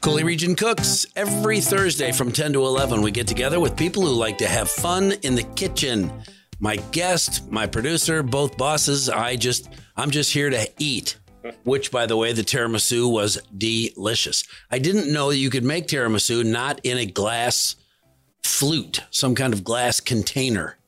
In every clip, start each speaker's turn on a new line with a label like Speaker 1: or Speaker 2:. Speaker 1: Cooley Region Cooks. Every Thursday from 10 to 11, we get together with people who like to have fun in the kitchen. My guest, my producer, both bosses, I just, I'm just here to eat. Which, by the way, the tiramisu was delicious. I didn't know you could make tiramisu not in a glass flute, some kind of glass container.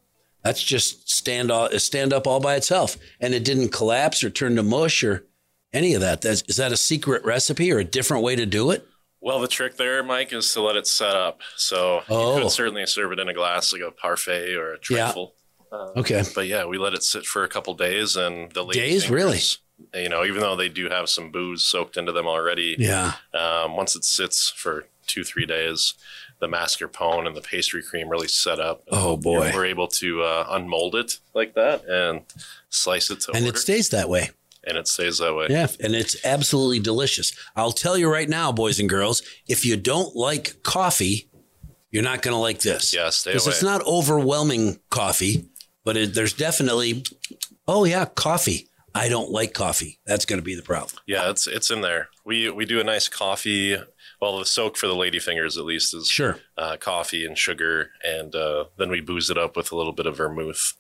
Speaker 1: That's just stand all, stand up all by itself, and it didn't collapse or turn to mush or any of that. That's, is that a secret recipe or a different way to do it?
Speaker 2: Well, the trick there, Mike, is to let it set up. So
Speaker 1: Oh.
Speaker 2: you could certainly serve it in a glass, like a parfait or a
Speaker 1: Yeah.
Speaker 2: trifle. Uh,
Speaker 1: Okay,
Speaker 2: But yeah, we let it sit for a couple days, and the late
Speaker 1: Days? Really?
Speaker 2: sinkers, You know, even though they do have some booze soaked into them already,
Speaker 1: yeah,
Speaker 2: um, once it sits for two three days, the mascarpone and the pastry cream really set up.
Speaker 1: Oh, boy.
Speaker 2: we're able to uh, unmold it like that and slice it to
Speaker 1: and
Speaker 2: order,
Speaker 1: it stays that way.
Speaker 2: and it stays that way.
Speaker 1: Yeah, and it's absolutely delicious. I'll tell you right now, boys and girls, if you don't like coffee, you're not going to like this.
Speaker 2: Yeah, stay
Speaker 1: because it's
Speaker 2: away.
Speaker 1: not overwhelming coffee, but it, there's definitely, oh yeah, coffee. I don't like coffee. That's going to be the problem.
Speaker 2: Yeah, it's it's in there. We we do a nice coffee. Well, the soak for the lady fingers at least is
Speaker 1: Sure.
Speaker 2: uh, coffee and sugar, and uh, then we booze it up with a little bit of vermouth.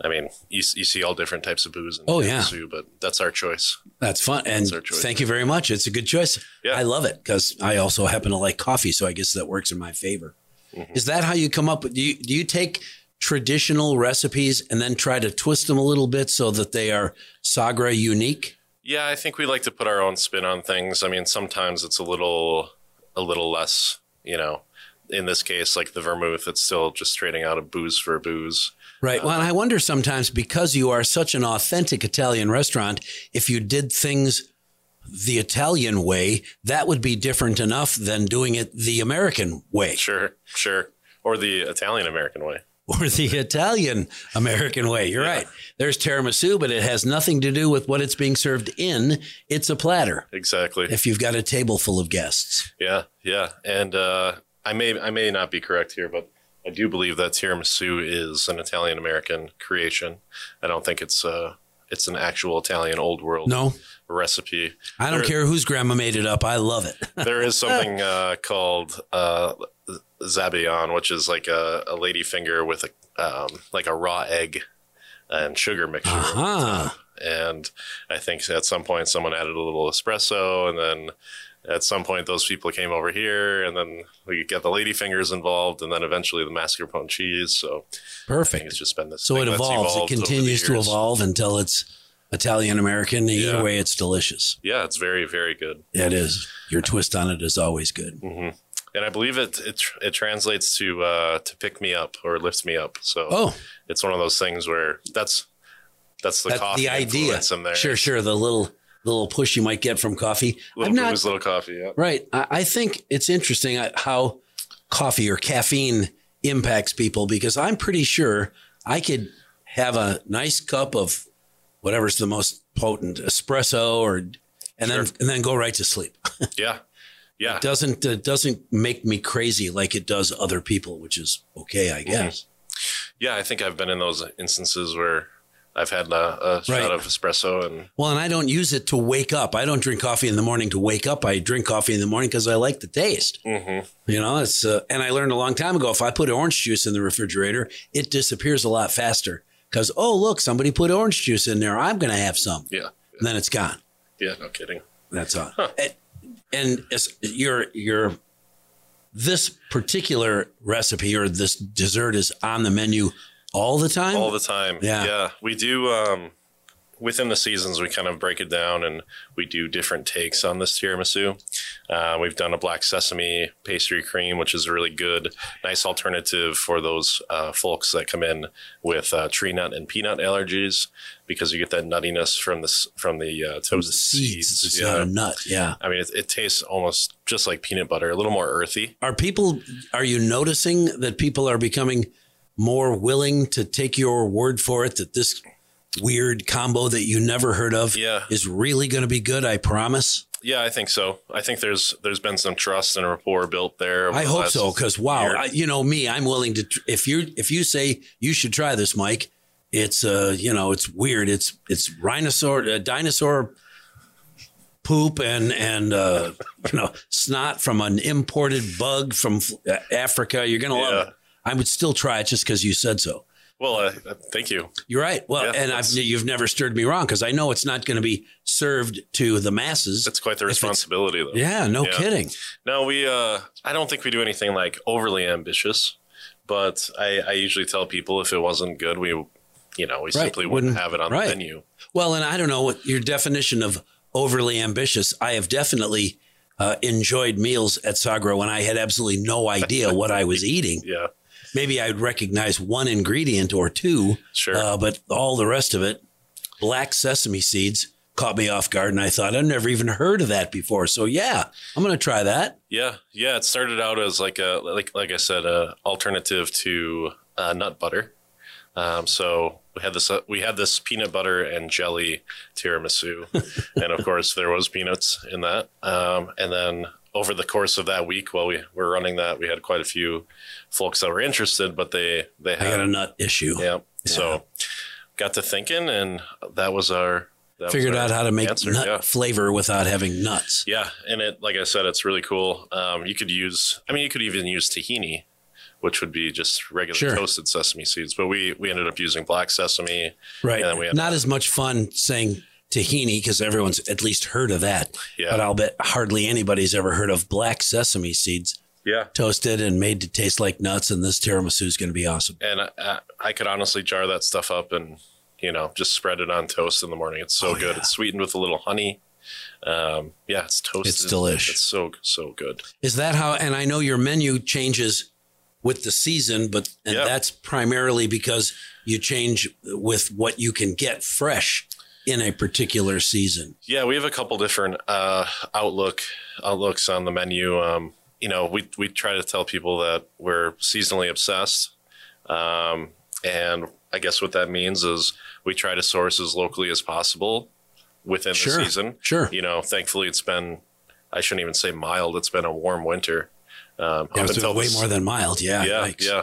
Speaker 2: I mean, you, s- you see all different types of booze. In
Speaker 1: Oh, yeah.
Speaker 2: tiramisu, but that's our choice.
Speaker 1: That's fun. And
Speaker 2: our choice.
Speaker 1: thank you very much. It's a good choice.
Speaker 2: Yeah.
Speaker 1: I love it because I also happen to like coffee. So I guess that works in my favor.
Speaker 2: Mm-hmm.
Speaker 1: Is that how you come up with, do you, do you take traditional recipes and then try to twist them a little bit so that they are Sagra unique?
Speaker 2: Yeah, I think we like to put our own spin on things. I mean, sometimes it's a little a little less, you know. In this case, like the vermouth, it's still just trading out of booze for booze.
Speaker 1: Right. Well, and I wonder sometimes because you are such an authentic Italian restaurant, if you did things the Italian way, that would be different enough than doing it the American way
Speaker 2: Sure, sure. Or the Italian American way.
Speaker 1: or the Italian American way. You're right. There's tiramisu, but it has nothing to do with what it's being served in. It's a platter
Speaker 2: Exactly.
Speaker 1: if you've got a table full of guests.
Speaker 2: Yeah, yeah, and uh, I may I may not be correct here, but I do believe that tiramisu is an Italian American creation. I don't think it's uh, it's an actual Italian old world
Speaker 1: No,
Speaker 2: recipe.
Speaker 1: I don't
Speaker 2: There-
Speaker 1: care whose grandma made it up. I love it.
Speaker 2: There is something uh, called uh, zabion, which is like a, a lady finger with a um, like a raw egg and sugar mixture.
Speaker 1: Uh-huh.
Speaker 2: And I think at some point someone added a little espresso, and then at some point those people came over here, and then we got the lady fingers involved, and then eventually the mascarpone cheese. So I think
Speaker 1: Perfect.
Speaker 2: it's just been this.
Speaker 1: So
Speaker 2: thing
Speaker 1: it
Speaker 2: that's
Speaker 1: evolves. It
Speaker 2: evolved over the
Speaker 1: continues to
Speaker 2: years.
Speaker 1: evolve until it's Italian American. Either
Speaker 2: Yeah.
Speaker 1: way, it's delicious.
Speaker 2: Yeah, it's very very good, Mm-hmm.
Speaker 1: It is. Your twist on it is always good.
Speaker 2: and I believe it it, tr- it translates to uh, to pick me up or lift me up. So
Speaker 1: Oh,
Speaker 2: it's one of those things where that's that's the
Speaker 1: that's
Speaker 2: coffee
Speaker 1: the idea.
Speaker 2: influence in there.
Speaker 1: Sure, sure. The little little push you might get from coffee.
Speaker 2: little
Speaker 1: I'm not
Speaker 2: booze, little coffee. Yeah.
Speaker 1: right. I, I think it's interesting uh, how coffee or caffeine impacts people because I'm pretty sure I could have a nice cup of whatever's the most potent espresso or and then and then go right to sleep.
Speaker 2: yeah, yeah,
Speaker 1: doesn't uh, doesn't make me crazy like it does other people, which is okay, I guess.
Speaker 2: yeah. I think I've been in those instances where I've had a, a
Speaker 1: Right.
Speaker 2: shot of espresso and
Speaker 1: Well, and I don't use it to wake up. I don't drink coffee in the morning to wake up. I drink coffee in the morning because I like the taste.
Speaker 2: Mhm.
Speaker 1: You know, it's uh, and I learned a long time ago if I put orange juice in the refrigerator, it disappears a lot faster. Because oh look, somebody put orange juice in there. I'm going to have some.
Speaker 2: yeah,
Speaker 1: And then it's gone.
Speaker 2: yeah. No kidding.
Speaker 1: That's all. And, and it's, your your this particular recipe or this dessert is on the menu all the time.
Speaker 2: all the time.
Speaker 1: Yeah.
Speaker 2: yeah. We do um, within the seasons. We kind of break it down, and we do different takes on this tiramisu. Uh, we've done a black sesame pastry cream, which is a really good, nice alternative for those uh, folks that come in with uh, tree nut and peanut allergies, because you get that nuttiness from this from the uh, toasted
Speaker 1: seeds.
Speaker 2: seeds.
Speaker 1: It's not
Speaker 2: Yeah.
Speaker 1: a nut. Yeah.
Speaker 2: I mean, it, it tastes almost just like peanut butter, a little more earthy.
Speaker 1: Are people? Are you noticing that people are becoming more willing to take your word for it that this weird combo that you never heard of
Speaker 2: Yeah.
Speaker 1: is really going to be good? I promise.
Speaker 2: Yeah, I think so. I think there's there's been some trust and rapport built there. over
Speaker 1: I
Speaker 2: the
Speaker 1: hope
Speaker 2: last
Speaker 1: so because wow,
Speaker 2: year.
Speaker 1: I, you know me, I'm willing to. tr- If you if you say you should try this, Mike, it's uh you know it's weird. It's it's rhinosaur uh, dinosaur poop and and uh, you know snot from an imported bug from uh, Africa. You're gonna love
Speaker 2: Yeah.
Speaker 1: it. I would still try it just because you said so.
Speaker 2: Well, uh, uh, thank you.
Speaker 1: You're right. Well,
Speaker 2: Yeah,
Speaker 1: and I've
Speaker 2: that's-
Speaker 1: you've never stirred me wrong because I know it's not going to be served to the masses.
Speaker 2: That's quite the
Speaker 1: If it's-
Speaker 2: responsibility, though.
Speaker 1: Yeah, no
Speaker 2: Yeah.
Speaker 1: kidding.
Speaker 2: No, we. Uh, I don't think we do anything like overly ambitious, but I, I usually tell people if it wasn't good, we, you know, we simply wouldn't
Speaker 1: wouldn't-
Speaker 2: have it on
Speaker 1: right.
Speaker 2: the menu.
Speaker 1: Well, and I don't know what your definition of overly ambitious. I have definitely uh, enjoyed meals at Sagra when I had absolutely no idea what I was eating.
Speaker 2: Yeah,
Speaker 1: Maybe I would recognize one ingredient or two,
Speaker 2: sure.
Speaker 1: uh, but all the rest of it, black sesame seeds, caught me off guard. And I thought, I've never even heard of that before. So, yeah, I'm going to try that.
Speaker 2: yeah, yeah. It started out as like a like like I said, a alternative to uh, nut butter. Um, so we had this uh, we had this peanut butter and jelly tiramisu, and of course there was peanuts in that. Um, and then over the course of that week, while we were running that, we had quite a few folks that were interested, but they they
Speaker 1: I
Speaker 2: had
Speaker 1: got a nut issue.
Speaker 2: Yeah. So got to thinking, and that was our that was
Speaker 1: Figured
Speaker 2: our
Speaker 1: out how to make
Speaker 2: answer,
Speaker 1: nut
Speaker 2: Yeah.
Speaker 1: flavor without having nuts.
Speaker 2: Yeah, and it like I said, it's really cool. Um, you could use, I mean, you could even use tahini, which would be just regular
Speaker 1: Sure.
Speaker 2: toasted sesame seeds. But we we ended up using black sesame.
Speaker 1: Right.
Speaker 2: And then we have-
Speaker 1: Not as much fun saying tahini because everyone's at least heard of that.
Speaker 2: Yeah.
Speaker 1: But uh, I'll bet hardly anybody's ever heard of black sesame seeds
Speaker 2: Yeah,
Speaker 1: toasted and made to taste like nuts. And this tiramisu is going to be awesome.
Speaker 2: and I- I, I could honestly jar that stuff up and you know just spread it on toast in the morning. It's so
Speaker 1: Oh,
Speaker 2: good.
Speaker 1: yeah.
Speaker 2: It's sweetened with a little honey. Um, yeah, it's toasted.
Speaker 1: delish.
Speaker 2: It's so so good.
Speaker 1: Is that how? And I know your menu changes with the season, but and
Speaker 2: Yeah.
Speaker 1: that's primarily because you change with what you can get fresh in a particular season.
Speaker 2: Yeah, we have a couple different uh, outlook outlooks on the menu. Um, you know, we we try to tell people that we're seasonally obsessed, um, and I guess what that means is we try to source as locally as possible within
Speaker 1: Sure.
Speaker 2: the season.
Speaker 1: Sure.
Speaker 2: You know, thankfully it's been I shouldn't even say mild. It's been a warm winter. Um,
Speaker 1: Yeah,
Speaker 2: up
Speaker 1: it's
Speaker 2: until
Speaker 1: way
Speaker 2: this-
Speaker 1: more than mild. Yeah.
Speaker 2: yeah,
Speaker 1: yikes.
Speaker 2: yeah.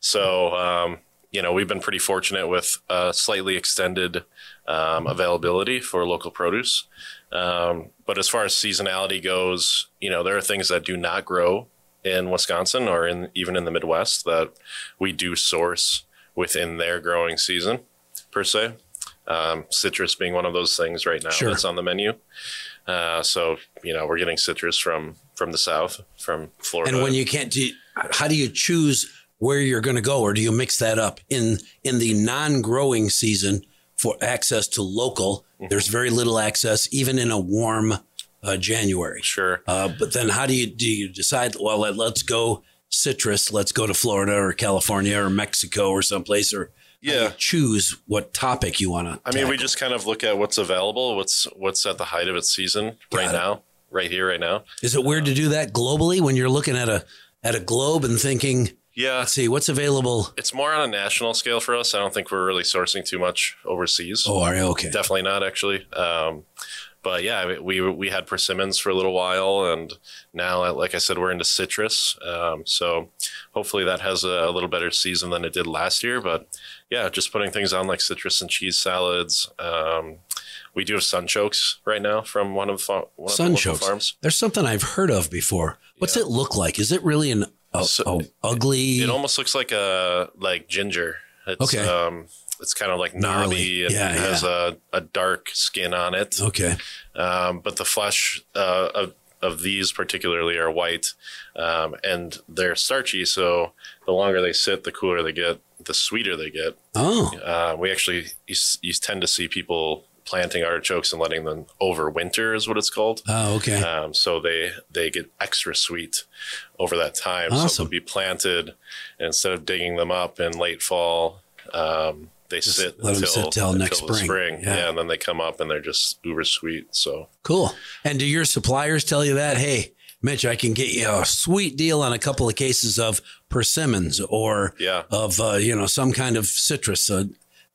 Speaker 2: So um, you know, we've been pretty fortunate with uh, slightly extended um, availability for local produce. Um, but as far as seasonality goes, you know, there are things that do not grow in Wisconsin or in even in the Midwest that we do source within their growing season, per se. Um, citrus being one of those things right now
Speaker 1: Sure.
Speaker 2: that's on the menu. Uh, so you know, we're getting citrus from from the south, from Florida.
Speaker 1: And when you can't, do, how do you choose where you're going to go, or do you mix that up in in the non-growing season for access to local?
Speaker 2: Mm-hmm.
Speaker 1: There's very little access, even in a warm uh, January.
Speaker 2: sure.
Speaker 1: Uh, but then, how do you do? You decide, well, let, let's go citrus. Let's go to Florida or California or Mexico or someplace. Or how do you
Speaker 2: Yeah.
Speaker 1: choose what topic you want to.
Speaker 2: I mean, we just kind of look at what's available, what's what's at the height of its season
Speaker 1: Got
Speaker 2: right
Speaker 1: it.
Speaker 2: now, right here, right now.
Speaker 1: is it weird to do that globally when you're looking at a at a globe and thinking,
Speaker 2: Yeah,
Speaker 1: let's see what's available.
Speaker 2: it's more on a national scale for us. I don't think we're really sourcing too much overseas.
Speaker 1: Oh, are you okay?
Speaker 2: Definitely not, actually. Um, but yeah, I mean, we we had persimmons for a little while, and now, uh, like I said, we're into citrus. Um, so hopefully that has a, a little better season than it did last year. But yeah, just putting things on like citrus and cheese salads. Um, we do have sunchokes right now from one of the, fa- one of the local
Speaker 1: Sunchokes.
Speaker 2: farms.
Speaker 1: There's something I've heard of before. What's
Speaker 2: Yeah.
Speaker 1: it look like? Is it really an a,
Speaker 2: So-
Speaker 1: a ugly?
Speaker 2: It almost looks like a like ginger. It's,
Speaker 1: Okay.
Speaker 2: Um, it's kind of like
Speaker 1: Gnarly.
Speaker 2: knobby and
Speaker 1: Yeah,
Speaker 2: has a, a dark skin on it.
Speaker 1: okay,
Speaker 2: Um, but the flesh uh, of of these particularly are white, um, and they're starchy. So the longer they sit, the cooler they get, the sweeter they get.
Speaker 1: oh,
Speaker 2: Uh, we actually you, s- you tend to see people planting artichokes and letting them overwinter is what it's called.
Speaker 1: oh, okay.
Speaker 2: Um, so they they get extra sweet over that time. So
Speaker 1: Awesome.
Speaker 2: they'll be planted, and instead of digging them up in late fall, um, they
Speaker 1: Just
Speaker 2: sit
Speaker 1: let 'em
Speaker 2: until,
Speaker 1: sit till next
Speaker 2: the
Speaker 1: spring. Yeah.
Speaker 2: Yeah. and then they come up and they're just uber sweet. So
Speaker 1: cool. And do your suppliers tell you that? Hey, Mitch, I can get you a sweet deal on a couple of cases of persimmons or
Speaker 2: yeah,
Speaker 1: of uh, you know some kind of citrus, uh,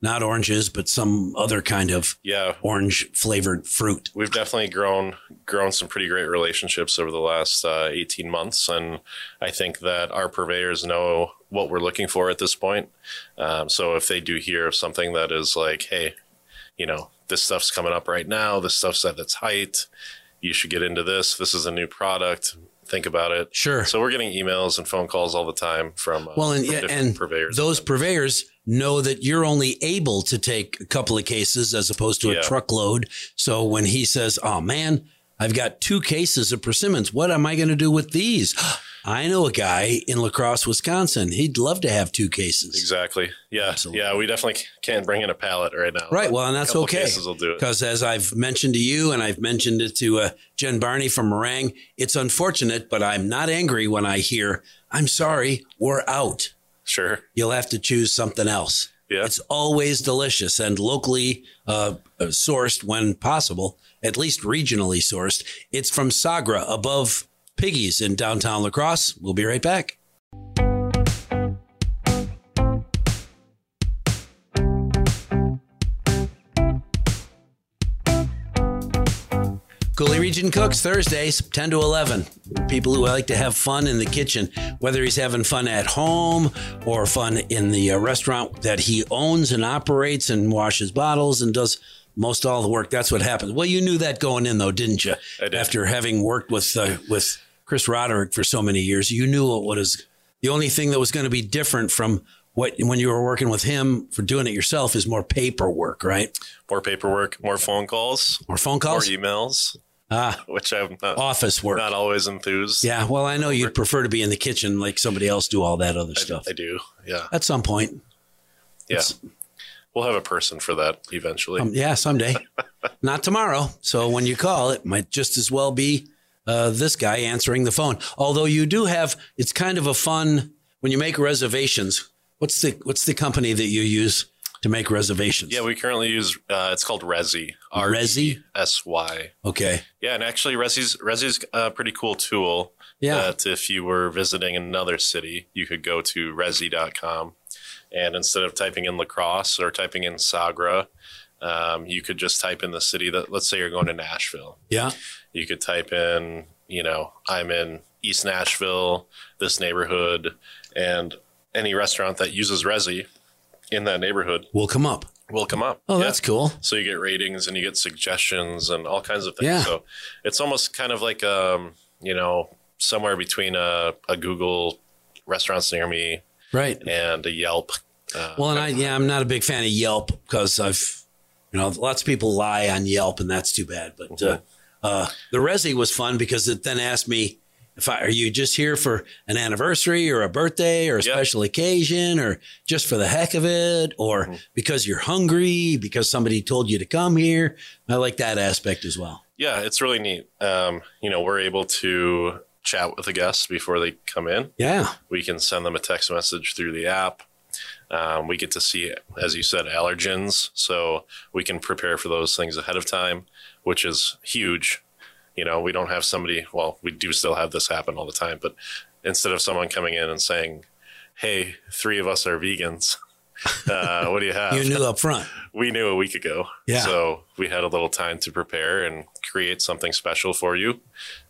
Speaker 1: not oranges, but some other kind of
Speaker 2: yeah,
Speaker 1: orange flavored fruit.
Speaker 2: we've definitely grown grown some pretty great relationships over the last uh, 18 months and i think that our purveyors know what we're looking for at this point um, so if they do hear of something that is like hey you know this stuff's coming up right now this stuff's at its height you should get into this. This is a new product. Think about it.
Speaker 1: Sure.
Speaker 2: So we're getting emails and phone calls all the time from uh,
Speaker 1: Well, and,
Speaker 2: from
Speaker 1: yeah,
Speaker 2: different
Speaker 1: and
Speaker 2: purveyors.
Speaker 1: those purveyors know that you're only able to take a couple of cases as opposed to
Speaker 2: Yeah.
Speaker 1: a truckload. So when he says, "Oh man, I've got two cases of persimmons. What am I going to do with these?" I know a guy in Lacrosse, Wisconsin. He'd love to have two cases.
Speaker 2: Exactly. Yeah.
Speaker 1: Absolutely.
Speaker 2: Yeah. We definitely c- can't bring in a pallet right now.
Speaker 1: Right.
Speaker 2: but
Speaker 1: Well, and
Speaker 2: a
Speaker 1: that's
Speaker 2: couple
Speaker 1: okay.
Speaker 2: Cases will do it.
Speaker 1: Because as I've mentioned to you, and I've mentioned it to uh, Jen Barney from Meringue, it's unfortunate, but I'm not angry when I hear, "I'm sorry, we're out."
Speaker 2: Sure.
Speaker 1: You'll have to choose something else.
Speaker 2: Yeah.
Speaker 1: It's always delicious and locally uh, uh, sourced when possible, at least regionally sourced. It's from Sagra above Piggies in downtown Lacrosse. We'll be right back. Cooley Region Cooks Thursdays, 10 to 11. People who like to have fun in the kitchen, whether he's having fun at home or fun in the uh, restaurant that he owns and operates and washes bottles and does most all the work. That's what happens. Well, you knew that going in, though, didn't you?
Speaker 2: I did.
Speaker 1: After having worked with uh, with Chris Roderick for so many years, you knew what was the only thing that was going to be different from what when you were working with him for doing it yourself is more paperwork, right?
Speaker 2: More paperwork, more phone calls,
Speaker 1: Or phone
Speaker 2: more e-
Speaker 1: calls,
Speaker 2: emails,
Speaker 1: ah,
Speaker 2: which I'm not,
Speaker 1: office work.
Speaker 2: not always enthused.
Speaker 1: Yeah, well, I know you'd prefer to be in the kitchen, like somebody else do all that other
Speaker 2: I,
Speaker 1: stuff
Speaker 2: I do. Yeah.
Speaker 1: at some point.
Speaker 2: Yeah.
Speaker 1: It's-
Speaker 2: We'll have a person for that eventually.
Speaker 1: Um, yeah, someday, not tomorrow. So when you call, it might just as well be uh, this guy answering the phone. Although you do have, it's kind of a fun when you make reservations. What's the what's the company that you use to make reservations?
Speaker 2: yeah. We E currently use, uh, it's called Resi.
Speaker 1: Resi?
Speaker 2: R-E-S-Y.
Speaker 1: okay.
Speaker 2: Yeah. And actually, Resi's, Resi's a pretty cool tool.
Speaker 1: Yeah.
Speaker 2: that if you were visiting another city, you could go to resi.com. And instead of typing in lacrosse or typing in Sagra, um, you could just type in the city that, let's say you're going to Nashville.
Speaker 1: yeah.
Speaker 2: You could type in, you know, I'm in East Nashville, this neighborhood, and any restaurant that uses Resi in that neighborhood
Speaker 1: We'll come up.
Speaker 2: will come up.
Speaker 1: Oh,
Speaker 2: Yeah.
Speaker 1: that's cool.
Speaker 2: So you get ratings and you get suggestions and all kinds of things.
Speaker 1: Yeah.
Speaker 2: So it's almost kind of like um, you know, somewhere between a, a Google restaurants near me
Speaker 1: Right.
Speaker 2: and a Yelp. Uh,
Speaker 1: Well, and I yeah, I'm not a big fan of Yelp because I've you know lots of people lie on Yelp, and that's too bad. But uh, uh, the Resi was fun because it then asked me if I are you just here for an anniversary or a birthday or a
Speaker 2: Yeah.
Speaker 1: special occasion or just for the heck of it or because you're hungry because somebody told you to come here. I like that aspect as well.
Speaker 2: yeah, it's really neat. Um, you know, we're able to chat with the guests before they come in.
Speaker 1: Yeah,
Speaker 2: We can send them a text message through the app. Um, we get to see, as you said, allergens. So we can prepare for those things ahead of time, which is huge. You know, we don't have somebody, well, we do still have this happen all the time, but instead of someone coming in and saying, hey, three of us are vegans, uh, what do you have?
Speaker 1: you knew up front.
Speaker 2: we knew a week ago.
Speaker 1: Yeah.
Speaker 2: So we had a little time to prepare and create something special for you,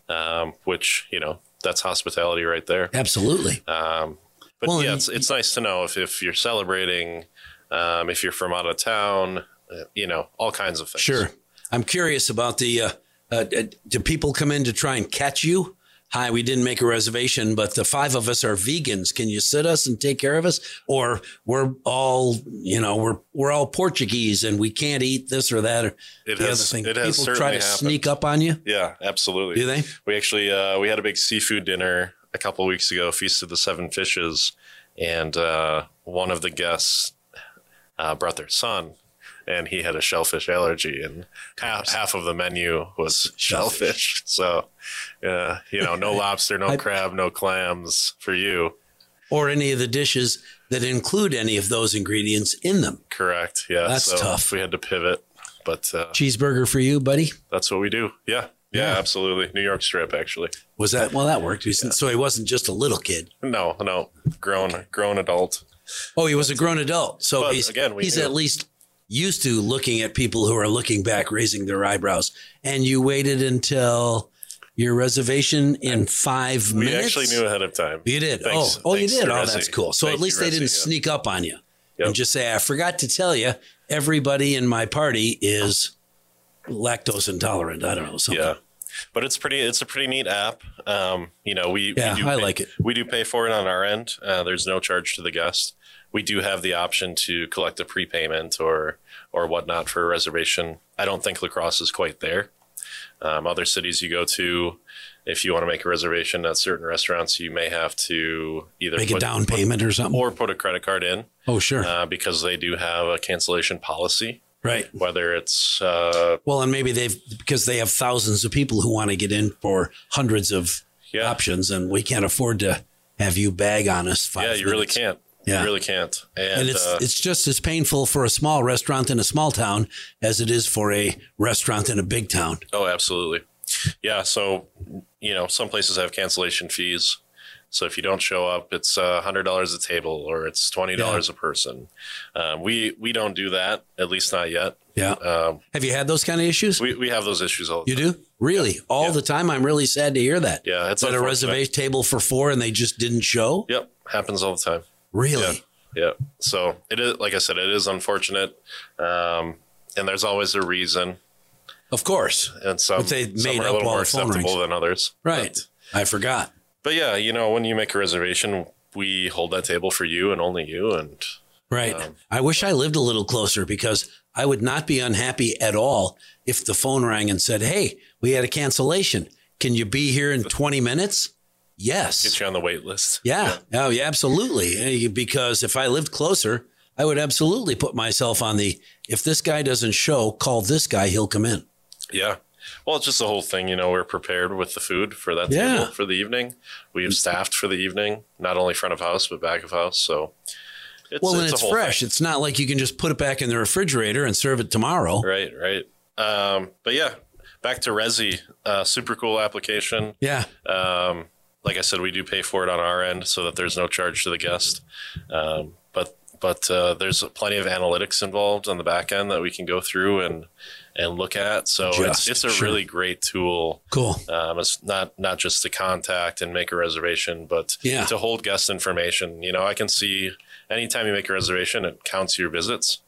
Speaker 2: um, which, you know, that's hospitality right there.
Speaker 1: Absolutely.
Speaker 2: Um, but
Speaker 1: Well,
Speaker 2: yeah,
Speaker 1: and-
Speaker 2: it's, it's nice to know if, if you're celebrating, um, if you're from out of town, uh, you know, all kinds of things.
Speaker 1: Sure. I'm curious about the. Uh, uh, d- do people come in to try and catch you? Hi, we didn't make a reservation, but the five of us are vegans. Can you sit us and take care of us? Or we're all, you know, we're we're all Portuguese and we can't eat this or that or
Speaker 2: It
Speaker 1: the
Speaker 2: has,
Speaker 1: other thing.
Speaker 2: it has
Speaker 1: people
Speaker 2: certainly
Speaker 1: try to
Speaker 2: happened.
Speaker 1: sneak up on you.
Speaker 2: Yeah, absolutely.
Speaker 1: Do they?
Speaker 2: We actually, uh, we had a big seafood dinner a couple weeks ago, Feast of the Seven Fishes. And, uh, one of the guests, uh, brought their son and he had a shellfish allergy and half, half of the menu was shellfish. So, uh, you know, no lobster, no
Speaker 1: I-
Speaker 2: crab, no clams for you.
Speaker 1: Or any of the dishes that include any of those ingredients in them.
Speaker 2: Uh-huh. Correct. Yeah.
Speaker 1: That's tough.
Speaker 2: We had to pivot, but uh,
Speaker 1: Cheeseburger for you, buddy.
Speaker 2: that's what we do. Yeah. Yeah,
Speaker 1: Yeah.
Speaker 2: absolutely. New York strip, actually.
Speaker 1: Was that well? That worked. He was- So he wasn't just a little kid.
Speaker 2: No, no, grown, grown adult.
Speaker 1: Oh, he was a grown adult. So
Speaker 2: But
Speaker 1: he's
Speaker 2: again, we
Speaker 1: he's
Speaker 2: knew.
Speaker 1: at least used to looking at people who are looking back, raising their eyebrows. And you waited until your reservation in five
Speaker 2: We
Speaker 1: minutes.
Speaker 2: actually knew ahead of time.
Speaker 1: You did.
Speaker 2: Thanks-
Speaker 1: oh, oh, you
Speaker 2: thanks
Speaker 1: did.
Speaker 2: to
Speaker 1: Oh,
Speaker 2: Resi.
Speaker 1: that's cool. So
Speaker 2: Thank
Speaker 1: at least
Speaker 2: you,
Speaker 1: they didn't
Speaker 2: Resi, yeah.
Speaker 1: sneak up on you
Speaker 2: Yep.
Speaker 1: and just say, "I forgot to tell you, everybody in my party is lactose intolerant." I don't know something.
Speaker 2: Yeah. but it's pretty. It's a pretty neat app. Um, you know, we
Speaker 1: Yeah,
Speaker 2: we do
Speaker 1: I
Speaker 2: pay-
Speaker 1: like it.
Speaker 2: We do pay for it on our end. Uh, there's no charge to the guest. We do have the option to collect a prepayment or or whatnot for a reservation. I don't think lacrosse is quite there. Um, other cities you go to, if you want to make a reservation at certain restaurants, you may have to either
Speaker 1: Make a
Speaker 2: put-
Speaker 1: down payment or something.
Speaker 2: or put a credit card in
Speaker 1: oh, sure.
Speaker 2: uh, because they do have a cancellation policy.
Speaker 1: right.
Speaker 2: Whether it's uh,
Speaker 1: Well, and maybe they've because they have thousands of people who want to get in for hundreds of
Speaker 2: Yeah.
Speaker 1: options, and we can't afford to have you bag on us. Five
Speaker 2: yeah, you really
Speaker 1: minutes.
Speaker 2: can't.
Speaker 1: Yeah.
Speaker 2: You really can't. And,
Speaker 1: And it's
Speaker 2: uh,
Speaker 1: it's just as painful for a small restaurant in a small town as it is for a restaurant in a big town.
Speaker 2: oh, absolutely. Yeah. So, you know, some places have cancellation fees. So if you don't show up, it's uh, hundred dollars a table or it's twenty dollars a person. Um, we we don't do that, at least not yet.
Speaker 1: Yeah.
Speaker 2: Um,
Speaker 1: Have you had those kind of issues?
Speaker 2: we, we have those issues all the
Speaker 1: you do really all
Speaker 2: Yeah.
Speaker 1: the time. I'm really sad to hear that.
Speaker 2: Yeah, it's
Speaker 1: at a
Speaker 2: unfortunate.
Speaker 1: reservation table for four, and they just didn't show.
Speaker 2: Yep, happens all the time.
Speaker 1: Really?
Speaker 2: Yeah. So it is, like I said, it is unfortunate, um, and there's always a reason,
Speaker 1: Of course.
Speaker 2: and some,
Speaker 1: But they
Speaker 2: some
Speaker 1: made
Speaker 2: are a
Speaker 1: up
Speaker 2: little
Speaker 1: all
Speaker 2: more
Speaker 1: the phone
Speaker 2: acceptable
Speaker 1: rings.
Speaker 2: than others.
Speaker 1: Right.
Speaker 2: But,
Speaker 1: I forgot.
Speaker 2: but yeah, you know, when you make a reservation, we hold that table for you and only you, and
Speaker 1: Right.
Speaker 2: Um,
Speaker 1: I wish I lived a little closer because I would not be unhappy at all if the phone rang and said, Hey, we had a cancellation. Can you be here in 20 minutes?
Speaker 2: get
Speaker 1: Yes.
Speaker 2: you on the wait list.
Speaker 1: Yeah. Oh, yeah, absolutely. Eh, Because if I lived closer, I would absolutely put myself on the if this guy doesn't show, call this guy, he'll come in.
Speaker 2: Yeah. Well, it's just the whole thing, you know. We're prepared with the food for that
Speaker 1: Yeah.
Speaker 2: table for the evening. We've staffed for the evening, not only front of house but back of house. So, it's,
Speaker 1: Well, and
Speaker 2: a
Speaker 1: it's
Speaker 2: whole
Speaker 1: fresh. It's not like you can just put it back in the refrigerator and serve it tomorrow.
Speaker 2: Right, right. Um, but yeah, back to Resi, uh, super cool application.
Speaker 1: Yeah.
Speaker 2: Um, like I said, we do pay for it on our end so that there's no charge to the guest. Um, but but uh, there's plenty of analytics involved on the back end that we can go through and and look at. So
Speaker 1: Just,
Speaker 2: it's it's a
Speaker 1: sure.
Speaker 2: really great tool.
Speaker 1: Cool.
Speaker 2: Um, it's not not just to contact and make a reservation, but
Speaker 1: Yeah.
Speaker 2: to hold guest information. You know, I can see anytime you make a reservation, it counts your visits.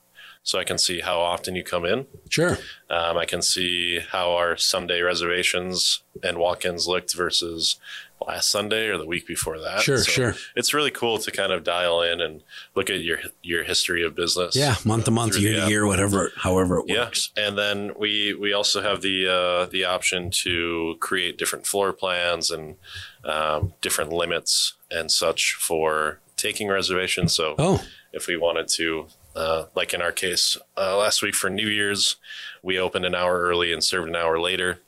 Speaker 2: So I can see how often you come in.
Speaker 1: Sure.
Speaker 2: Um, I can see how our Sunday reservations and walk-ins looked versus last Sunday or the week before that.
Speaker 1: Sure,
Speaker 2: So
Speaker 1: sure.
Speaker 2: It's really cool to kind of dial in and look at your your history of business.
Speaker 1: Yeah. Month to month,
Speaker 2: Through the
Speaker 1: year to
Speaker 2: app.
Speaker 1: year, whatever, however it
Speaker 2: Yeah,
Speaker 1: works.
Speaker 2: and then we we also have the uh, the option to create different floor plans and um, different limits and such for taking reservations. So
Speaker 1: Oh,
Speaker 2: if we wanted to. Uh, like in our case, uh, last week for New Year's, we opened an hour early and served an hour later.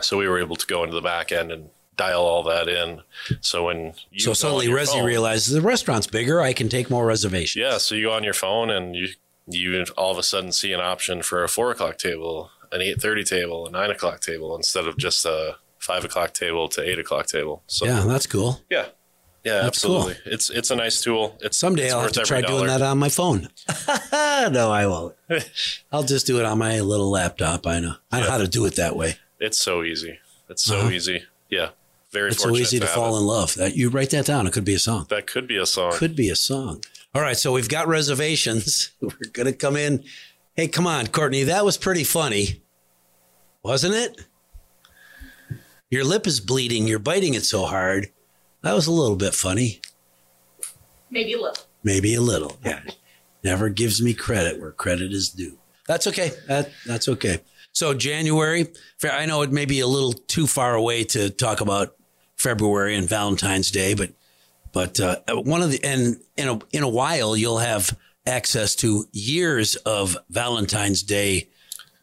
Speaker 2: So we were able to go into the back end and dial all that in. So when you
Speaker 1: so
Speaker 2: go on
Speaker 1: suddenly
Speaker 2: your
Speaker 1: Resi
Speaker 2: phone-
Speaker 1: realizes the restaurant's bigger. I can take more reservations.
Speaker 2: yeah, so you go on your phone and you you all of a sudden see an option for a four o'clock table, an eight thirty table, a nine o'clock table instead of just a five o'clock table to eight o'clock table. So
Speaker 1: Yeah, that's cool.
Speaker 2: yeah, yeah,
Speaker 1: That's cool.
Speaker 2: absolutely. It's it's a nice tool. It's
Speaker 1: Someday
Speaker 2: it's
Speaker 1: I'll have
Speaker 2: worth
Speaker 1: to try
Speaker 2: every
Speaker 1: doing
Speaker 2: dollar.
Speaker 1: that on my phone. no, I won't. I'll just do it on my little laptop. I know. I know how to do it that way.
Speaker 2: It's so easy. It's so
Speaker 1: Uh-huh.
Speaker 2: easy. Yeah. Very
Speaker 1: It's so
Speaker 2: fortunate
Speaker 1: easy to
Speaker 2: have
Speaker 1: fall
Speaker 2: it.
Speaker 1: in love. That you write that down. It could be a song.
Speaker 2: That could be a song.
Speaker 1: Could be a song. All right, so we've got reservations. We're gonna come in. Hey, come on, Courtney. That was pretty funny, wasn't it? Your lip is bleeding. You're biting it so hard. That was a little bit funny.
Speaker 3: Maybe a little.
Speaker 1: Maybe a little. Yeah. Never gives me credit where credit is due. That's okay. That, that's okay. So January, Fe- I know it may be a little too far away to talk about February and Valentine's Day, but but uh, one of the and in a in a while you'll have access to years of Valentine's Day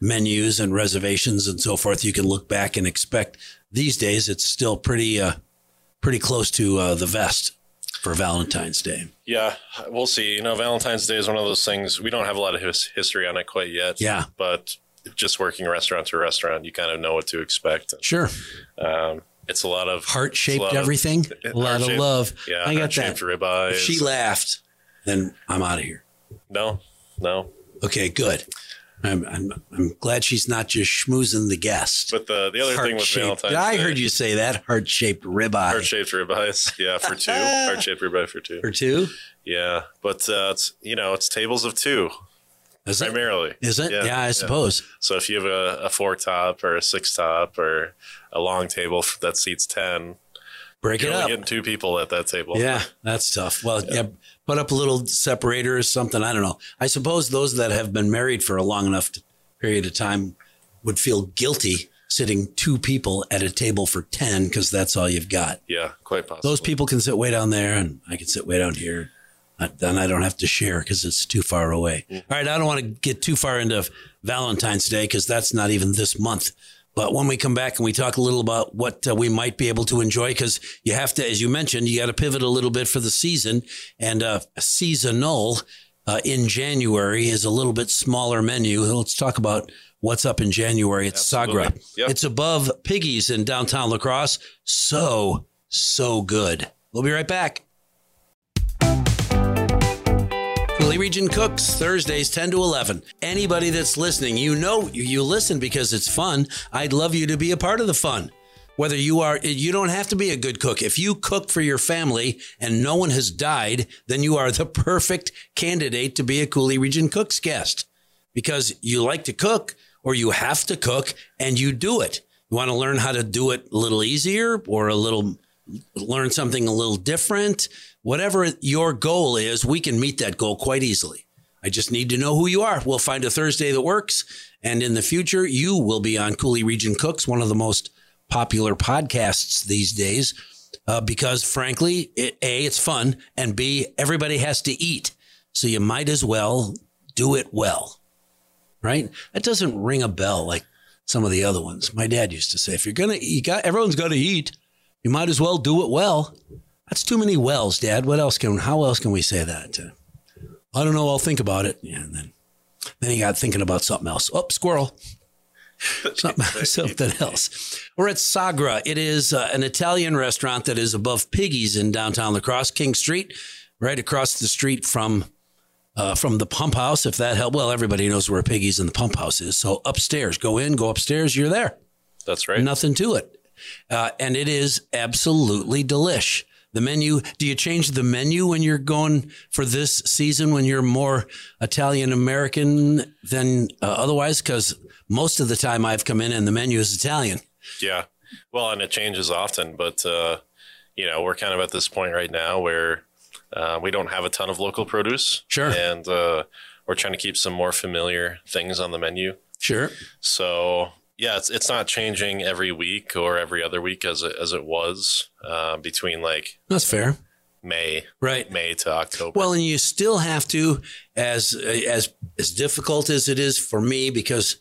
Speaker 1: menus and reservations and so forth. You can look back and expect. These days, it's still pretty uh, pretty close to uh, the vest for Valentine's Day.
Speaker 2: Yeah, we'll see. You know, Valentine's Day is one of those things. We don't have a lot of his- history on it quite yet.
Speaker 1: Yeah.
Speaker 2: But just working restaurant to restaurant, you kind of know what to expect.
Speaker 1: Sure.
Speaker 2: Um, it's a lot of
Speaker 1: Heart
Speaker 2: It's
Speaker 1: shaped
Speaker 2: a lot of-
Speaker 1: everything. A lot of
Speaker 2: Heart-shaped.
Speaker 1: love.
Speaker 2: Yeah,
Speaker 1: I got
Speaker 2: heart-shaped
Speaker 1: that.
Speaker 2: Ribeyes.
Speaker 1: If she laughed, then I'm out of here.
Speaker 2: no, no.
Speaker 1: Okay, good. I'm, I'm, I'm glad she's not just schmoozing the guest.
Speaker 2: But the the other thing with
Speaker 1: Heart-shaped-
Speaker 2: Valentine's,
Speaker 1: I heard you say that heart shaped ribeye.
Speaker 2: Heart shaped ribeyes, yeah, for two. Heart shaped ribeye for two,
Speaker 1: or two.
Speaker 2: yeah. But uh, it's you know it's tables of two.
Speaker 1: Is it?
Speaker 2: primarily.
Speaker 1: Is it? Yeah,
Speaker 2: Yeah,
Speaker 1: I
Speaker 2: yeah.
Speaker 1: suppose.
Speaker 2: So if you have a, a four top or a six top or a long table f- that seats 10,
Speaker 1: Break
Speaker 2: you're
Speaker 1: it
Speaker 2: only
Speaker 1: up.
Speaker 2: getting two people at that table.
Speaker 1: Yeah, that's tough. Well, yeah. put up a little separator or something. I don't know. I suppose those that have been married for a long enough t- period of time would feel guilty sitting two people at a table for 10 because that's all you've got.
Speaker 2: Yeah, quite possible.
Speaker 1: Those people can sit way down there and I can sit way down here. I- Then I don't have to share because it's too far away. All right. I don't want to get too far into Valentine's Day because that's not even this month. But when we come back and we talk a little about what uh, we might be able to enjoy, because you have to, as you mentioned, you got to pivot a little bit for the season. And uh, seasonal uh, in January is a little bit smaller menu. Let's talk about what's up in January. It's Sagra.
Speaker 2: Absolutely. Yep.
Speaker 1: It's above Piggies in downtown Lacrosse. So, so good. We'll be right back. Cooley Region Cooks, Thursdays 10 to 11. Anybody that's listening, you know you- you listen because it's fun. I'd love you to be a part of the fun. Whether you are, you don't have to be a good cook. If you cook for your family and no one has died, then you are the perfect candidate to be a Cooley Region Cooks guest because you like to cook or you have to cook and you do it. You want to learn how to do it a little easier or a little learn something a little different. Whatever your goal is, we can meet that goal quite easily. I just need to know who you are. We'll find a Thursday that works. And in the future, you will be on Cooley Region Cooks, one of the most popular podcasts these days, uh, because frankly, it, A, it's fun, and B, everybody has to eat. So you might as well do it well, right? That doesn't ring a bell like some of the other ones. My dad used to say, if you're going to, you got, everyone's got to eat. You might as well do it well. That's too many wells, Dad. What else can? How else can we say that? Uh, I don't know. I'll think about it. Yeah, and then, then he got thinking about something else. Oh, squirrel. Something, something else. We're at Sagra. It is uh, an Italian restaurant that is above Piggy's in downtown Lacrosse, King Street, right across the street from uh, from the pump house. If that helped, well, everybody knows where Piggy's and the pump house is. So upstairs, go in, go upstairs. You're there
Speaker 2: That's right.
Speaker 1: nothing to it. Uh, and it is absolutely delish. The menu, do you change the menu when you're going for this season when you're more Italian American than uh, otherwise? Because most of the time I've come in and the menu is Italian.
Speaker 2: Yeah. Well, and it changes often, but uh, you know, we're kind of at this point right now where uh, we don't have a ton of local produce.
Speaker 1: Sure.
Speaker 2: And uh, we're trying to keep some more familiar things on the menu.
Speaker 1: Sure.
Speaker 2: So yeah, it's it's not changing every week or every other week as it, as it was uh, between like
Speaker 1: That's fair.
Speaker 2: May
Speaker 1: Right.
Speaker 2: May to October.
Speaker 1: Well, and you still have to, as as as difficult as it is for me, because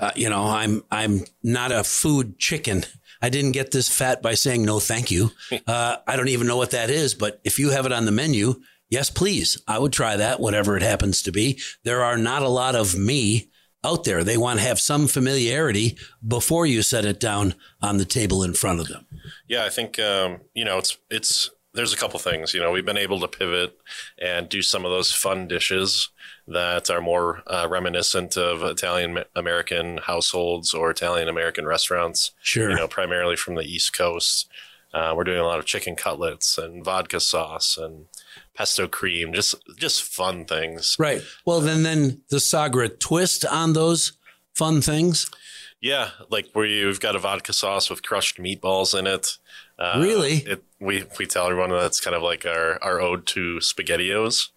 Speaker 1: uh, you know I'm I'm not a food chicken. I didn't get this fat by saying no, thank you. Uh, I don't even know what that is, but if you have it on the menu, yes, please, I would try that, whatever it happens to be. There are not a lot of me out there. They want to have some familiarity before you set it down on the table in front of them.
Speaker 2: Yeah, I think um, you know it's it's there's a couple things you know we've been able to pivot and do some of those fun dishes that are more uh, reminiscent of Italian American households or Italian American restaurants.
Speaker 1: Sure.
Speaker 2: You know, primarily from the East Coast. Uh, we're doing a lot of chicken cutlets and vodka sauce and pesto cream, just just fun things.
Speaker 1: Right. Well, then, then the Sagra twist on those fun things.
Speaker 2: Yeah, like where you've got a vodka sauce with crushed meatballs in it. Uh,
Speaker 1: Really?
Speaker 2: It, we we tell everyone that's kind of like our, our ode to SpaghettiOs.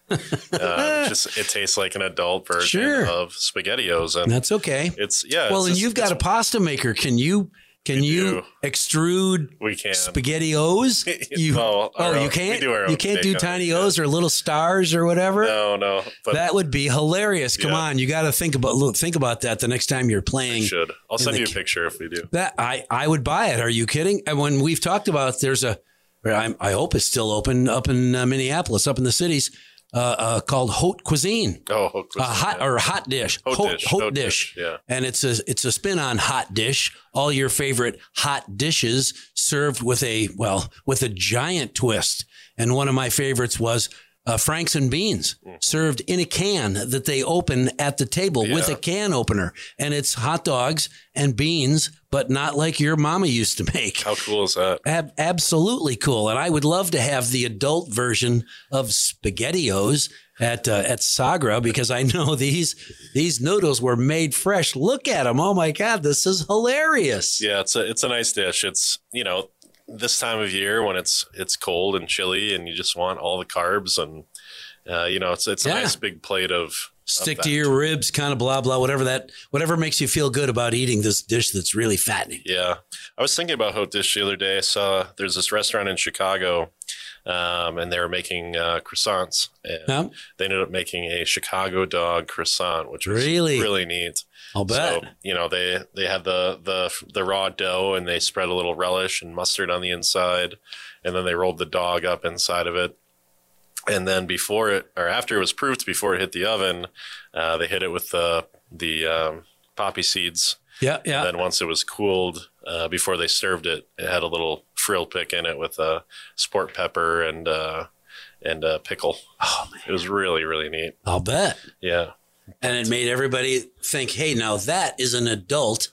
Speaker 2: uh, just it tastes like an adult version
Speaker 1: Sure.
Speaker 2: of SpaghettiOs, and
Speaker 1: That's okay.
Speaker 2: it's yeah.
Speaker 1: well,
Speaker 2: it's
Speaker 1: and
Speaker 2: just-
Speaker 1: you've got a
Speaker 2: it's-
Speaker 1: pasta maker. Can you can
Speaker 2: We
Speaker 1: you
Speaker 2: do.
Speaker 1: extrude
Speaker 2: we can
Speaker 1: spaghettios? You
Speaker 2: Well, our
Speaker 1: oh,
Speaker 2: own-
Speaker 1: you
Speaker 2: we
Speaker 1: can't.
Speaker 2: do our own
Speaker 1: you can't do
Speaker 2: take on it,
Speaker 1: tiny
Speaker 2: yeah.
Speaker 1: O's or little stars or whatever.
Speaker 2: no no, but
Speaker 1: that would be hilarious. Come
Speaker 2: Yeah.
Speaker 1: on, you got to think about look, think about that the next time you're playing.
Speaker 2: we should. I'll
Speaker 1: in
Speaker 2: send
Speaker 1: the
Speaker 2: you a
Speaker 1: ca-
Speaker 2: picture if we do.
Speaker 1: That I I would buy it. Are you kidding? And when we've talked about there's a, or I'm, I hope it's still open up in uh, Minneapolis, up in the cities, uh, uh, called Haute Cuisine.
Speaker 2: Oh, of
Speaker 1: a
Speaker 2: course,
Speaker 1: hot
Speaker 2: yeah.
Speaker 1: or hot dish,
Speaker 2: Hot
Speaker 1: hot,
Speaker 2: dish,
Speaker 1: hot
Speaker 2: hot
Speaker 1: dish.
Speaker 2: dish, yeah.
Speaker 1: and it's a it's a spin on hot dish. All your favorite hot dishes served with a well with a giant twist. And one of my favorites was uh, Franks and Beans served in a can that they open at the table with
Speaker 2: Mm-hmm. Yeah.
Speaker 1: a can opener. And it's hot dogs and beans, but not like your mama used to make.
Speaker 2: How cool is that?
Speaker 1: Ab- absolutely cool. And I would love to have the adult version of SpaghettiOs at uh, at Sagra because I know these these noodles were made fresh. Look at them. Oh my god, this is hilarious.
Speaker 2: Yeah, it's a it's a nice dish. It's you know this time of year when it's it's cold and chilly and you just want all the carbs and uh, you know it's it's a
Speaker 1: Yeah.
Speaker 2: nice big plate of
Speaker 1: Stick
Speaker 2: of
Speaker 1: to
Speaker 2: that.
Speaker 1: your ribs, kind of blah blah, whatever that whatever makes you feel good about eating this dish that's really fattening.
Speaker 2: Yeah, I was thinking about hot dish the other day. I saw there's this restaurant in Chicago, um, and they were making uh, croissants. And
Speaker 1: Huh?
Speaker 2: They ended up making a Chicago dog croissant, which was
Speaker 1: Really?
Speaker 2: really neat.
Speaker 1: I'll bet.
Speaker 2: So you know they they had the the the raw dough and they spread a little relish and mustard on the inside, and then they rolled the dog up inside of it. And then before it or after it was proofed, before it hit the oven, uh, they hit it with the the um, poppy seeds.
Speaker 1: yeah, yeah.
Speaker 2: And then once it was cooled, uh, before they served it, it had a little frill pick in it with uh, sport pepper and uh, and uh, pickle. Oh man, it was really really neat.
Speaker 1: I'll bet.
Speaker 2: Yeah.
Speaker 1: And it made everybody think, hey, now that is an adult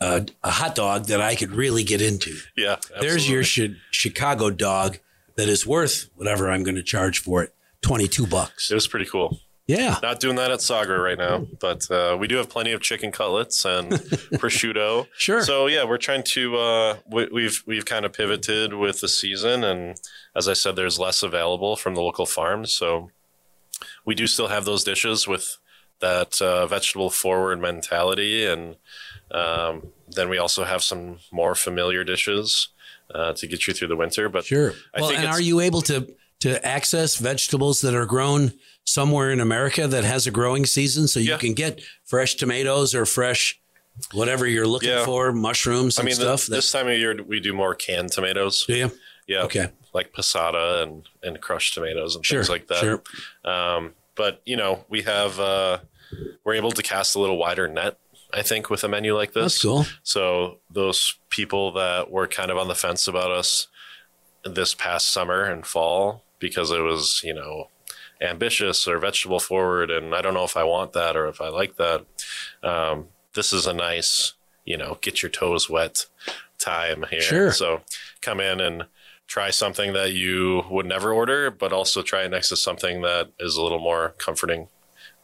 Speaker 1: uh, a hot dog that I could really get into.
Speaker 2: Yeah,
Speaker 1: There's your chi- Chicago dog that is worth whatever I'm going to charge for it, 22 bucks.
Speaker 2: It was pretty cool.
Speaker 1: Yeah.
Speaker 2: Not doing that at Sagra right now,
Speaker 1: Mm-hmm.
Speaker 2: but uh, we do have plenty of chicken cutlets and prosciutto.
Speaker 1: Sure.
Speaker 2: So yeah, we're trying to uh, we, we've we've kind of pivoted with the season, and as I said, there's less available from the local farms, so we do still have those dishes with that uh, vegetable forward mentality, and um, then we also have some more familiar dishes uh, to get you through the winter. But
Speaker 1: Sure.
Speaker 2: I
Speaker 1: well,
Speaker 2: think
Speaker 1: and
Speaker 2: it's-
Speaker 1: are you able to to access vegetables that are grown somewhere in America that has a growing season so you
Speaker 2: Yeah.
Speaker 1: can get fresh tomatoes or fresh whatever you're looking
Speaker 2: Yeah.
Speaker 1: for, mushrooms
Speaker 2: I
Speaker 1: and
Speaker 2: mean, the-
Speaker 1: stuff? that-
Speaker 2: this time of year we do more canned tomatoes.
Speaker 1: do you?
Speaker 2: Yeah.
Speaker 1: Okay.
Speaker 2: like passata and and crushed tomatoes and
Speaker 1: Sure.
Speaker 2: things like that.
Speaker 1: Sure.
Speaker 2: Um, but you know, we have uh, we're able to cast a little wider net. I think with a menu like this,
Speaker 1: That's cool.
Speaker 2: so those people that were kind of on the fence about us this past summer and fall because it was, you know, ambitious or vegetable forward, and I don't know if I want that or if I like that. Um, this is a nice, you know, get your toes wet time here.
Speaker 1: Sure.
Speaker 2: So come in and try something that you would never order, but also try it next to something that is a little more comforting,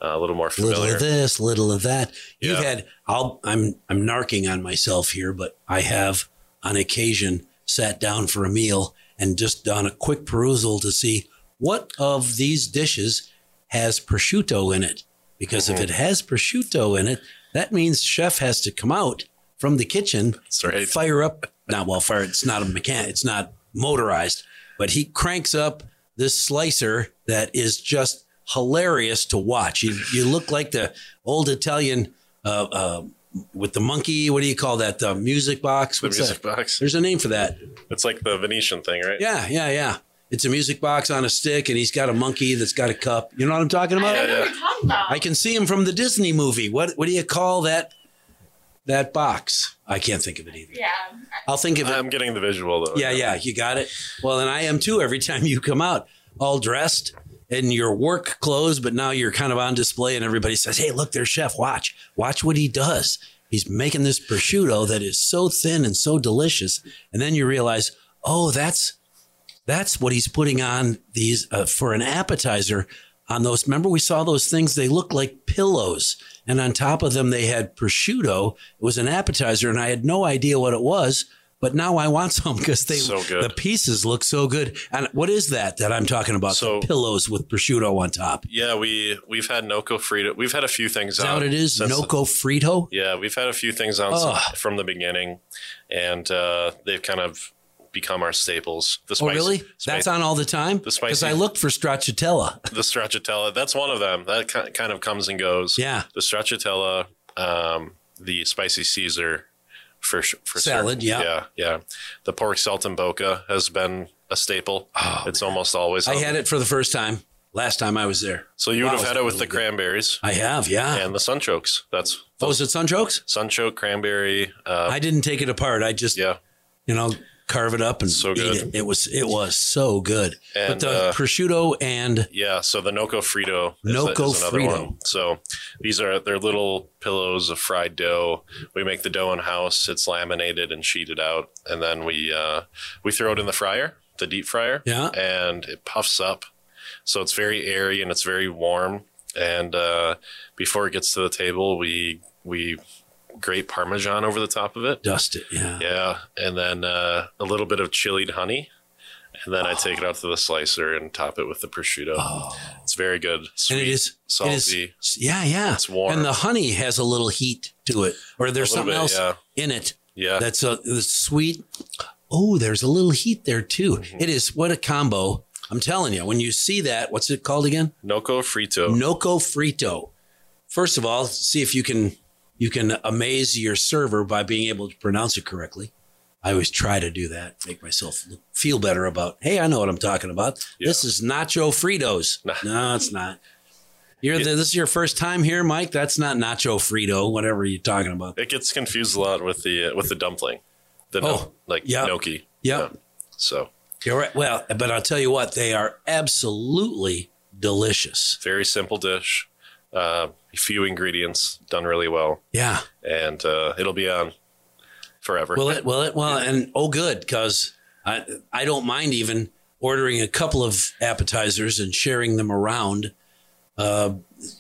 Speaker 2: uh, a little more
Speaker 1: little
Speaker 2: familiar.
Speaker 1: of this, little of that. You've
Speaker 2: Yeah.
Speaker 1: had I'll I'm I'm narking on myself here, but I have on occasion sat down for a meal and just done a quick perusal to see what of these dishes has prosciutto in it. Because
Speaker 2: Mm-hmm.
Speaker 1: if it has prosciutto in it, that means chef has to come out from the kitchen,
Speaker 2: That's right.
Speaker 1: fire up not well fire it's not a mechanic it's not motorized, but he cranks up this slicer that is just hilarious to watch. You, you look like the old Italian uh, uh, with the monkey. What do you call that? The music box.
Speaker 2: The
Speaker 1: What's
Speaker 2: music
Speaker 1: that?
Speaker 2: box.
Speaker 1: There's a name for that.
Speaker 2: It's like the Venetian thing, right?
Speaker 1: Yeah, yeah, yeah. It's a music box on a stick, and he's got a monkey that's got a cup. You know what I'm talking
Speaker 3: I
Speaker 1: about?
Speaker 3: don't know what you're talking about.
Speaker 1: I can see him from the Disney movie. What What do you call that? That box. I can't think of it either.
Speaker 3: yeah.
Speaker 1: I'll think of it.
Speaker 2: I'm getting the visual though.
Speaker 1: Yeah, yeah, you got it. Well, and I am too. Every time you come out, all dressed in your work clothes, but now you're kind of on display, and everybody says, "Hey, look, there's Chef. Watch, watch what he does. He's making this prosciutto that is so thin and so delicious." And then you realize, oh, that's that's what he's putting on these uh, for an appetizer. On those, remember we saw those things. They look like pillows, and on top of them they had prosciutto. It was an appetizer, and I had no idea what it was. But now I want some because they
Speaker 2: So good.
Speaker 1: the pieces look so good. And what is that that I'm talking about?
Speaker 2: So-
Speaker 1: the pillows with prosciutto on top.
Speaker 2: Yeah, we we've had Noco Frito. We've had a few
Speaker 1: Is
Speaker 2: things
Speaker 1: that
Speaker 2: on.
Speaker 1: what it is?
Speaker 2: since-
Speaker 1: Noco frito.
Speaker 2: Yeah, we've had a few things on
Speaker 1: Ugh.
Speaker 2: since- from the beginning, and uh, they've kind of become our staples. The
Speaker 1: Oh,
Speaker 2: spicy,
Speaker 1: really?
Speaker 2: spicy-
Speaker 1: That's on all the time.
Speaker 2: The
Speaker 1: Because
Speaker 2: spicy-
Speaker 1: I looked for stracciatella.
Speaker 2: the stracciatella. That's one of them. That ki- kind of comes and goes.
Speaker 1: Yeah.
Speaker 2: the stracciatella, um, the spicy Caesar for sh- for
Speaker 1: Salad,
Speaker 2: certain.
Speaker 1: yeah.
Speaker 2: yeah, yeah. The pork salton boca has been a staple.
Speaker 1: Oh,
Speaker 2: it's almost always.
Speaker 1: I
Speaker 2: on.
Speaker 1: had it for the first time last time I was there.
Speaker 2: So you would
Speaker 1: Wow,
Speaker 2: have had
Speaker 1: it's
Speaker 2: it with
Speaker 1: really
Speaker 2: the
Speaker 1: good.
Speaker 2: cranberries
Speaker 1: I have, yeah.
Speaker 2: and the sunchokes. That's
Speaker 1: Oh, is it Sun Jokes?
Speaker 2: Sunchoke, cranberry. Uh,
Speaker 1: I didn't take it apart. I just,
Speaker 2: yeah,
Speaker 1: you know, carve it up and
Speaker 2: So
Speaker 1: eat
Speaker 2: good.
Speaker 1: it. It was it was so good. but
Speaker 2: And,
Speaker 1: the
Speaker 2: uh,
Speaker 1: prosciutto and
Speaker 2: Yeah, so the Noco Frito is, a-
Speaker 1: Noco
Speaker 2: is another
Speaker 1: Frito.
Speaker 2: one. So these are they're little pillows of fried dough. We make the dough in house. It's laminated and sheeted out, and then we uh, we throw it in the fryer, the deep fryer.
Speaker 1: Yeah.
Speaker 2: and it puffs up, so it's very airy and it's very warm. And uh, before it gets to the table, we we grate Parmesan over the top of it.
Speaker 1: dust it. Yeah.
Speaker 2: Yeah, and then uh, a little bit of chilied honey. And then I take it out to the slicer and top it with the prosciutto.
Speaker 1: Oh.
Speaker 2: It's very good.
Speaker 1: And
Speaker 2: Sweet,
Speaker 1: it is It is,
Speaker 2: salty.
Speaker 1: yeah, yeah.
Speaker 2: It's warm.
Speaker 1: And the honey has a little heat to it, or there's
Speaker 2: A little
Speaker 1: something
Speaker 2: bit,
Speaker 1: else
Speaker 2: yeah.
Speaker 1: in it
Speaker 2: yeah.
Speaker 1: that's a that's sweet. Oh, there's a little heat there too.
Speaker 2: Mm-hmm.
Speaker 1: It is what a combo. I'm telling you, when you see that, what's it called again?
Speaker 2: Noco frito.
Speaker 1: Noco frito. First of all, see if you can you can amaze your server by being able to pronounce it correctly. I always try to do that, make myself feel better about. Hey, I know what I'm talking about. This is nacho fritos.
Speaker 2: Nah.
Speaker 1: No, it's not. You're the, this is your first time here, Mike. That's not nacho frito. Whatever you're talking about.
Speaker 2: It gets confused a lot with the uh, with the dumpling. The no-
Speaker 1: Oh,
Speaker 2: like
Speaker 1: yeah.
Speaker 2: gnocchi.
Speaker 1: Yep.
Speaker 2: So
Speaker 1: You're right. Well, but I'll tell you what, they are absolutely delicious.
Speaker 2: very simple dish. Uh, few ingredients done really well,
Speaker 1: Yeah.
Speaker 2: and uh, it'll be on forever.
Speaker 1: Will it? Will it? Well, and oh, good, because I I don't mind even ordering a couple of appetizers and sharing them around. Uh,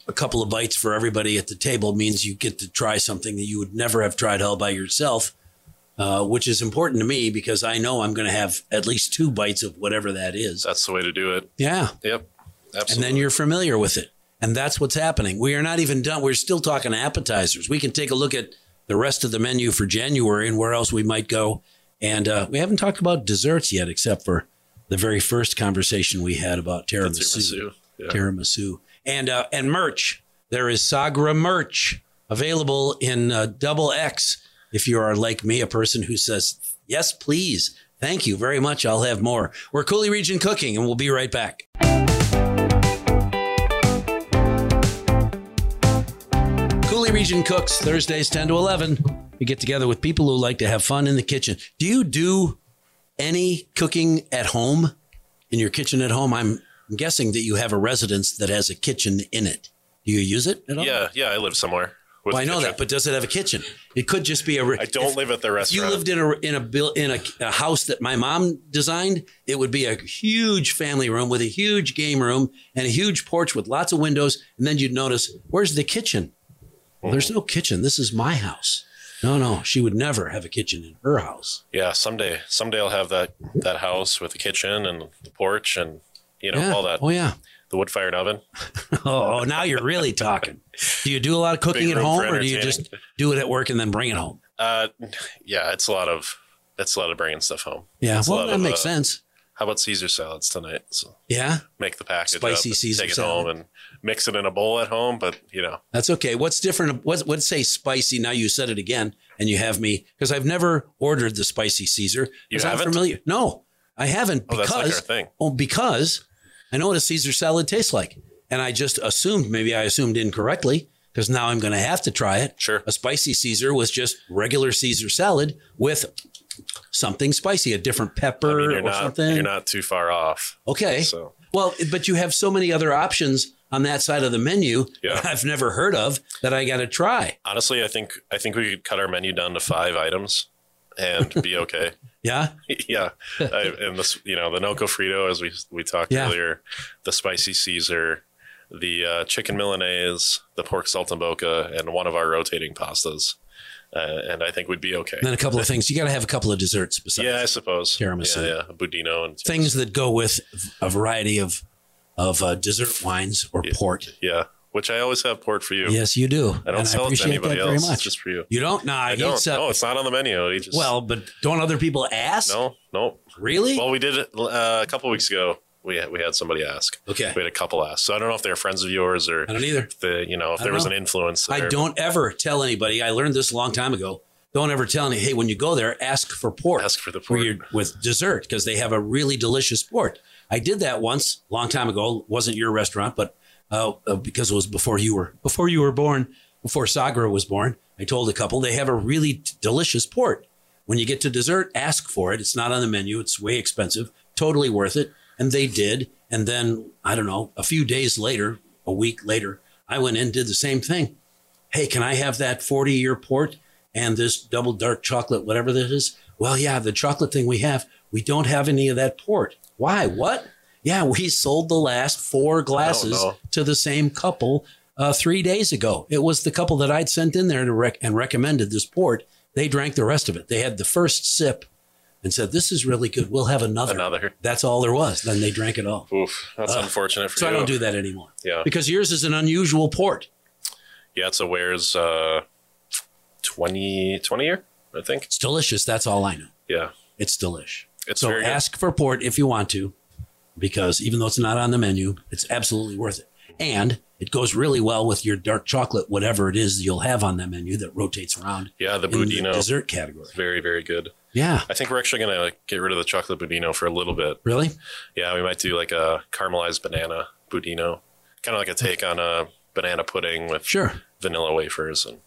Speaker 1: a couple of bites for everybody at the table means you get to try something that you would never have tried all by yourself, uh, which is important to me because I know I'm going to have at least two bites of whatever that is.
Speaker 2: That's the way to do it.
Speaker 1: Yeah,
Speaker 2: Yep.
Speaker 1: and
Speaker 2: Absolutely.
Speaker 1: then you're familiar with it. And that's what's happening. We are not even done. We're still talking appetizers. We can take a look at the rest of the menu for January and where else we might go. And uh, we haven't talked about desserts yet, except for the very first conversation we had about
Speaker 2: The
Speaker 1: tiramisu.
Speaker 2: tiramisu. Yeah.
Speaker 1: Tiramisu and uh, and merch. There is Sagra merch available in uh, double X. If you are like me, a person who says yes, please, thank you very much. I'll have more. We're Cooley Region Cooking, and we'll be right back. Cooley Region Cooks, Thursdays 10 to 11. We get together with people who like to have fun in the kitchen. Do you do any cooking at home in your kitchen at home? I'm guessing that you have a residence that has a kitchen in it. Do you use it at all?
Speaker 2: yeah, yeah. I live somewhere. With
Speaker 1: Well, I know
Speaker 2: kitchen.
Speaker 1: that, but does it have a kitchen? It could just be a. re-
Speaker 2: I don't
Speaker 1: if-
Speaker 2: live at the
Speaker 1: If you
Speaker 2: restaurant.
Speaker 1: lived in a in a buil- in a, a house that my mom designed, it would be a huge family room with a huge game room and a huge porch with lots of windows. And then you'd notice, where's the kitchen? Well, there's no kitchen. This is my house. No, no, she would never have a kitchen in her house.
Speaker 2: yeah, someday, someday I'll have that that house with the kitchen and the porch and you know
Speaker 1: yeah.
Speaker 2: all that
Speaker 1: Oh yeah.
Speaker 2: the wood fired oven.
Speaker 1: Oh, oh, now you're really talking. Do you do a lot of cooking at
Speaker 2: Big room
Speaker 1: home,
Speaker 2: for
Speaker 1: or do you
Speaker 2: entertaining.
Speaker 1: just do it at work and then bring it home?
Speaker 2: Uh, yeah, it's a lot of it's a lot of bringing stuff home.
Speaker 1: Yeah.
Speaker 2: It's a
Speaker 1: Well,
Speaker 2: lot
Speaker 1: that
Speaker 2: of,
Speaker 1: makes
Speaker 2: uh,
Speaker 1: sense.
Speaker 2: How about Caesar salads tonight? So
Speaker 1: Yeah.
Speaker 2: make the package up
Speaker 1: Spicy
Speaker 2: and
Speaker 1: Caesar
Speaker 2: take it
Speaker 1: salad.
Speaker 2: home and mix it in a bowl at home. But you know,
Speaker 1: That's okay. What's different? What, what's say spicy? Now you said it again, and you have me because I've never ordered the spicy Caesar.
Speaker 2: You
Speaker 1: 'cause
Speaker 2: haven't?
Speaker 1: I'm familiar. No, I haven't
Speaker 2: Oh, that's
Speaker 1: because
Speaker 2: like our thing.
Speaker 1: oh, because I know what a Caesar salad tastes like, and I just assumed maybe I assumed incorrectly because now I'm going to have to try it.
Speaker 2: Sure.
Speaker 1: a spicy Caesar was just regular Caesar salad with something spicy, a different
Speaker 2: I
Speaker 1: pepper
Speaker 2: mean, you're
Speaker 1: or
Speaker 2: not
Speaker 1: something.
Speaker 2: you're not too far off.
Speaker 1: Okay.
Speaker 2: So-
Speaker 1: Well, but you have so many other options on that side of the menu
Speaker 2: Yeah.
Speaker 1: that I've never heard of that I got to try.
Speaker 2: Honestly, I think I think we could cut our menu down to five items and be okay.
Speaker 1: Yeah.
Speaker 2: yeah, I, and this you know the noco frito as we we talked
Speaker 1: Yeah.
Speaker 2: earlier, the spicy Caesar. The uh, chicken Milanese, the pork saltimbocca, and one of our rotating pastas, uh, and I think we'd be okay.
Speaker 1: And then a couple of things. You got to have a couple of desserts besides
Speaker 2: Yeah, I suppose.
Speaker 1: Tiramisu.
Speaker 2: Yeah, yeah. Budino and
Speaker 1: things that go with a variety of of uh, dessert wines or port.
Speaker 2: Yeah, which I always have poured for you.
Speaker 1: Yes, you do.
Speaker 2: I don't
Speaker 1: and I
Speaker 2: sell it to
Speaker 1: appreciate
Speaker 2: anybody
Speaker 1: that
Speaker 2: else.
Speaker 1: very
Speaker 2: It's
Speaker 1: much.
Speaker 2: just for you.
Speaker 1: you don't? Nah,
Speaker 2: I
Speaker 1: he
Speaker 2: don't.
Speaker 1: eats up-
Speaker 2: no, it's not on the menu. You just,
Speaker 1: well, but don't other people ask?
Speaker 2: no, no.
Speaker 1: Really?
Speaker 2: Well, we did it uh, a couple weeks ago. We had, we had somebody ask.
Speaker 1: okay.
Speaker 2: We had a couple ask. So I don't know if they're friends of yours or
Speaker 1: I don't either.
Speaker 2: if the you know if
Speaker 1: I
Speaker 2: there was
Speaker 1: don't
Speaker 2: an influence. There.
Speaker 1: Uh-huh. I don't ever tell anybody. I learned this a long time ago. Don't ever tell any. Hey, when you go there, ask for port.
Speaker 2: Ask for the
Speaker 1: for
Speaker 2: port.
Speaker 1: your- with dessert because they have a really delicious port. I did that once, long time ago. wasn't your restaurant, but uh, uh, because it was before you were before you were born, before Sagra was born. I told a couple they have a really t- delicious port. When you get to dessert, ask for it. It's not on the menu. It's way expensive. Totally worth it. And they did. And then I don't know, a few days later, a week later, I went in, did the same thing. Hey, can I have that 40 year port and this double dark chocolate, whatever that is? Well, yeah, the chocolate thing we have, we don't have any of that port. Why?
Speaker 2: Mm-hmm.
Speaker 1: What? Yeah, we sold the last four glasses
Speaker 2: know.
Speaker 1: to the same couple uh, three days ago. It was the couple that I'd sent in there to rec- and recommended this port. They drank the rest of it. They had the first sip and said, This is really good. We'll have another.
Speaker 2: Another.
Speaker 1: That's all there was. Then they drank it all.
Speaker 2: Oof, that's unfortunate for
Speaker 1: Uh, So
Speaker 2: you.
Speaker 1: I don't do that anymore
Speaker 2: Yeah,
Speaker 1: because yours is an unusual port.
Speaker 2: yeah, it's a wares uh, 20, 20 year, I think.
Speaker 1: It's delicious. That's all I know.
Speaker 2: Yeah,
Speaker 1: It's delish.
Speaker 2: it's
Speaker 1: So
Speaker 2: very good.
Speaker 1: ask for port if you want to, because even though it's not on the menu, it's absolutely worth it. And it goes really well with your dark chocolate, whatever it is you'll have on that menu that rotates around
Speaker 2: Yeah, the
Speaker 1: in the
Speaker 2: budino,
Speaker 1: dessert category.
Speaker 2: very very good.
Speaker 1: Yeah.
Speaker 2: I think we're actually gonna get rid of the chocolate budino for a little bit.
Speaker 1: Really?
Speaker 2: Yeah, we might do like a caramelized banana budino, kind of like a take on a banana pudding with
Speaker 1: Sure.
Speaker 2: vanilla wafers, and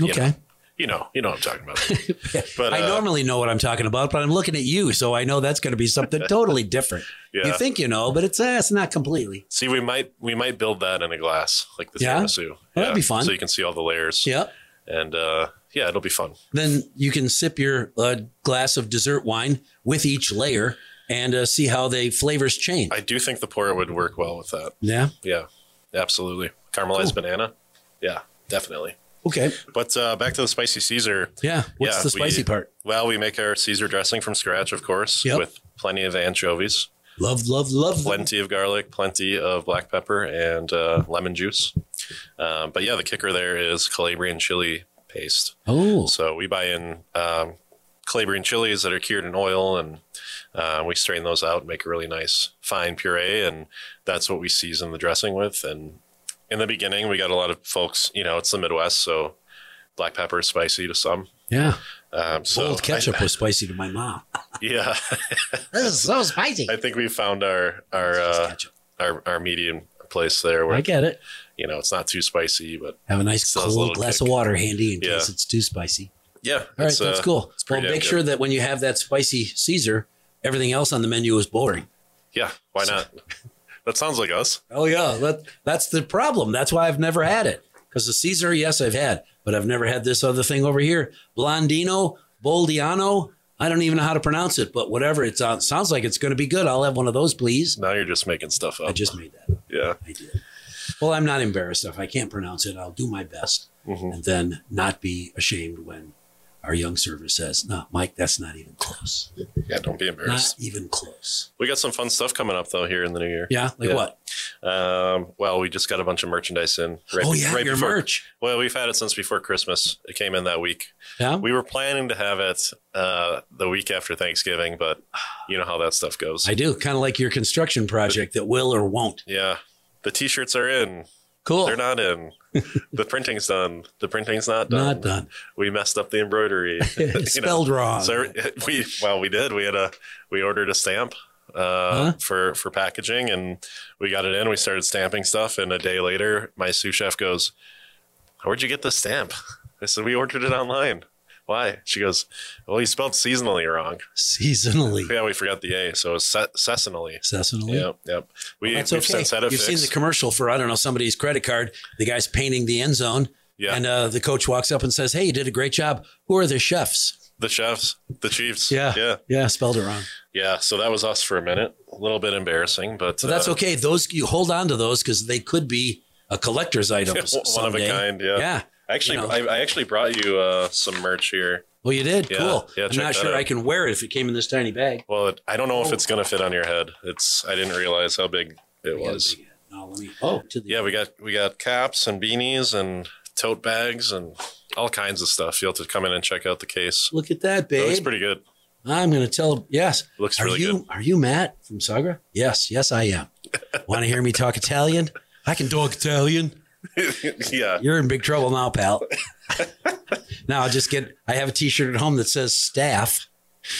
Speaker 2: Yeah.
Speaker 1: Okay.
Speaker 2: you know, you know what I'm talking about. But
Speaker 1: I
Speaker 2: uh,
Speaker 1: normally know what I'm talking about, but I'm looking at you, so I know that's going to be something totally different.
Speaker 2: yeah.
Speaker 1: You think you know, but it's uh, it's not completely.
Speaker 2: See, we might we might build that in a glass like the
Speaker 1: Yeah? Oh,
Speaker 2: tiramisu.
Speaker 1: that'd be fun.
Speaker 2: So you can see all the layers.
Speaker 1: Yep.
Speaker 2: And uh, yeah, it'll be fun.
Speaker 1: then you can sip your uh, glass of dessert wine with each layer and uh, see how the flavors change.
Speaker 2: I do think the port would work well with that.
Speaker 1: yeah.
Speaker 2: Yeah, absolutely. Caramelized banana. Yeah, definitely.
Speaker 1: Okay.
Speaker 2: But uh, back to the spicy Caesar.
Speaker 1: Yeah. What's
Speaker 2: Yeah,
Speaker 1: the spicy
Speaker 2: we-
Speaker 1: part?
Speaker 2: Well, we make our Caesar dressing from scratch, of course,
Speaker 1: Yep.
Speaker 2: with plenty of anchovies,
Speaker 1: Love, love, love.
Speaker 2: plenty of garlic, plenty of black pepper, and uh, lemon juice. Um, but yeah, the kicker there is Calabrian chili paste.
Speaker 1: Oh,
Speaker 2: So we buy in um, Calabrian chilies that are cured in oil, and uh, we strain those out and make a really nice fine puree, and that's what we season the dressing with. And in the beginning, we got a lot of folks, you know, it's the Midwest, so black pepper is spicy to some.
Speaker 1: yeah.
Speaker 2: Um, so
Speaker 1: Boiled
Speaker 2: I-
Speaker 1: ketchup was spicy to my mom.
Speaker 2: yeah,
Speaker 1: This is so spicy.
Speaker 2: I think we found our our uh,
Speaker 1: ketchup.
Speaker 2: our, our medium place there where
Speaker 1: I get it.
Speaker 2: you know it's not too spicy, but
Speaker 1: Have a nice
Speaker 2: So it's a
Speaker 1: cold
Speaker 2: little
Speaker 1: glass
Speaker 2: kick.
Speaker 1: of water handy in
Speaker 2: Yeah.
Speaker 1: case it's too spicy.
Speaker 2: yeah,
Speaker 1: All right,
Speaker 2: it's,
Speaker 1: that's
Speaker 2: uh,
Speaker 1: cool. Well,
Speaker 2: pretty damn
Speaker 1: make
Speaker 2: good.
Speaker 1: sure that when you have that spicy Caesar, everything else on the menu is boring.
Speaker 2: Yeah, why
Speaker 1: So-
Speaker 2: not? that sounds like us.
Speaker 1: Oh yeah, that that's the problem. That's why I've never had it. Because the Caesar, yes, I've had, but I've never had this other thing over here, Blondino, Boldiano. I don't even know how to pronounce it, but whatever. It sounds sounds like it's going to be good. I'll have one of those, please.
Speaker 2: Now you're just making stuff up.
Speaker 1: I just made that. up.
Speaker 2: yeah.
Speaker 1: I did. Well, I'm not embarrassed if I can't pronounce it. I'll do my best,
Speaker 2: Mhm.
Speaker 1: and then not be ashamed when our young server says, "No, Mike, that's not even close.
Speaker 2: Yeah, don't be
Speaker 1: Not
Speaker 2: embarrassed.
Speaker 1: even close."
Speaker 2: We got some fun stuff coming up though here in the new year.
Speaker 1: Yeah, like
Speaker 2: Yeah.
Speaker 1: what?
Speaker 2: Um, well, we just got a bunch of merchandise in. Right,
Speaker 1: oh yeah,
Speaker 2: right
Speaker 1: your
Speaker 2: before,
Speaker 1: merch.
Speaker 2: Well, we've had it since before Christmas. It came in that week.
Speaker 1: Yeah.
Speaker 2: We were planning to have it uh, the week after Thanksgiving, but you know how that stuff goes.
Speaker 1: I do, kind of like your construction project that will or won't.
Speaker 2: yeah, the T-shirts are in.
Speaker 1: Cool.
Speaker 2: They're not in. the printing's done. The printing's not done.
Speaker 1: Not done.
Speaker 2: We messed up the embroidery. You know,
Speaker 1: Spelled wrong.
Speaker 2: So we well we did we had a we ordered a stamp uh,
Speaker 1: Huh?
Speaker 2: for for packaging and we got it in we started stamping stuff and a day later my sous chef goes where'd you get this stamp I said we ordered it online why she goes well you spelled seasonally wrong
Speaker 1: Seasonally.
Speaker 2: yeah we forgot the a so it's se- seasonally
Speaker 1: Seasonally.
Speaker 2: yep yep we
Speaker 1: That's
Speaker 2: we've
Speaker 1: okay.
Speaker 2: since had it
Speaker 1: You've seen the
Speaker 2: fixed
Speaker 1: commercial for, I don't know, somebody's credit card. The guy's painting the end zone.
Speaker 2: yeah
Speaker 1: And uh, the coach walks up and says, Hey, you did a great job. Who are the chefs?
Speaker 2: the chefs the chiefs
Speaker 1: Yeah.
Speaker 2: yeah
Speaker 1: Yeah, spelled it wrong.
Speaker 2: yeah so that was us for a minute a little bit embarrassing but
Speaker 1: So that's
Speaker 2: uh,
Speaker 1: okay. Those you hold on to those because they could be a collector's item.
Speaker 2: one of a
Speaker 1: someday.
Speaker 2: kind
Speaker 1: Yeah.
Speaker 2: Actually,
Speaker 1: You know.
Speaker 2: I, I actually brought you uh, some merch here.
Speaker 1: Well, you did.
Speaker 2: Yeah.
Speaker 1: Cool.
Speaker 2: Yeah,
Speaker 1: I'm
Speaker 2: check
Speaker 1: not
Speaker 2: that
Speaker 1: sure
Speaker 2: out.
Speaker 1: I can wear it if it came in this tiny bag.
Speaker 2: Well, it, I don't know
Speaker 1: Oh.
Speaker 2: if it's gonna fit on your head. It's I didn't realize how big it was.
Speaker 1: No, let me. Oh, to the.
Speaker 2: Yeah, we got we got caps and beanies and tote bags and all kinds of stuff. You'll have to come in and check out the case.
Speaker 1: Look at that,
Speaker 2: It
Speaker 1: babe.
Speaker 2: looks pretty good.
Speaker 1: I'm going to tell. Yes.
Speaker 2: It looks
Speaker 1: are
Speaker 2: really
Speaker 1: you
Speaker 2: good.
Speaker 1: are you Matt from Sagra? Yes, yes I am. Want to hear me talk Italian? I can talk Italian.
Speaker 2: yeah,
Speaker 1: You're in big trouble now, pal. now I'll just get. I have a T-shirt at home that says staff.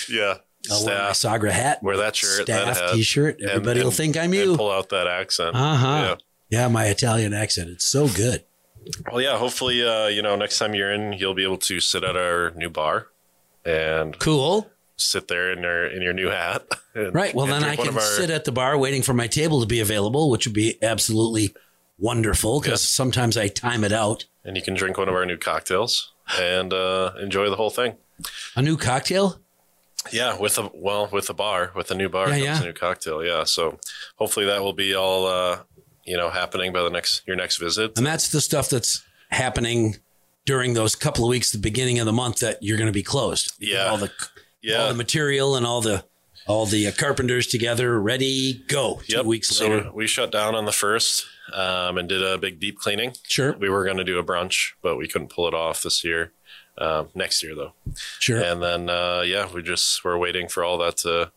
Speaker 2: yeah.
Speaker 1: I'll wear my
Speaker 2: Staff,
Speaker 1: Sagra hat.
Speaker 2: wear that shirt, that
Speaker 1: staff
Speaker 2: hat,
Speaker 1: T-shirt.
Speaker 2: and-
Speaker 1: Everybody will
Speaker 2: and-
Speaker 1: think I'm
Speaker 2: and
Speaker 1: you.
Speaker 2: pull out that accent.
Speaker 1: Uh
Speaker 2: Yeah.
Speaker 1: huh. Yeah, my Italian accent. It's so good.
Speaker 2: Well, yeah. Hopefully, uh, you know, next time you're in, you'll be able to sit at our new bar and
Speaker 1: Cool.
Speaker 2: sit there in your in your new hat. and-
Speaker 1: Right. Well,
Speaker 2: and
Speaker 1: then I
Speaker 2: drink one
Speaker 1: can
Speaker 2: of our-
Speaker 1: sit at the bar waiting for my table to be available, which would be absolutely wonderful because sometimes I time it out.
Speaker 2: and you can drink one of our new cocktails and uh, enjoy the whole thing.
Speaker 1: A new cocktail?
Speaker 2: Yeah, with a well, with a bar, with a new bar,
Speaker 1: Yeah,
Speaker 2: comes
Speaker 1: yeah.
Speaker 2: a new cocktail. Yeah, so hopefully that will be all uh, you know happening by the next your next visit.
Speaker 1: And that's the stuff that's happening during those couple of weeks, the beginning of the month that you're going to be closed.
Speaker 2: Yeah.
Speaker 1: All the, all
Speaker 2: Yeah,
Speaker 1: the material and all the, all the uh, carpenters together, ready, go. Two
Speaker 2: yep.
Speaker 1: weeks
Speaker 2: so
Speaker 1: later.
Speaker 2: we shut down on the first um, and did a big deep cleaning.
Speaker 1: Sure.
Speaker 2: We were going to do a brunch, but we couldn't pull it off this year. Um, next year though,
Speaker 1: Sure.
Speaker 2: and then uh, yeah, we just we're waiting for all that to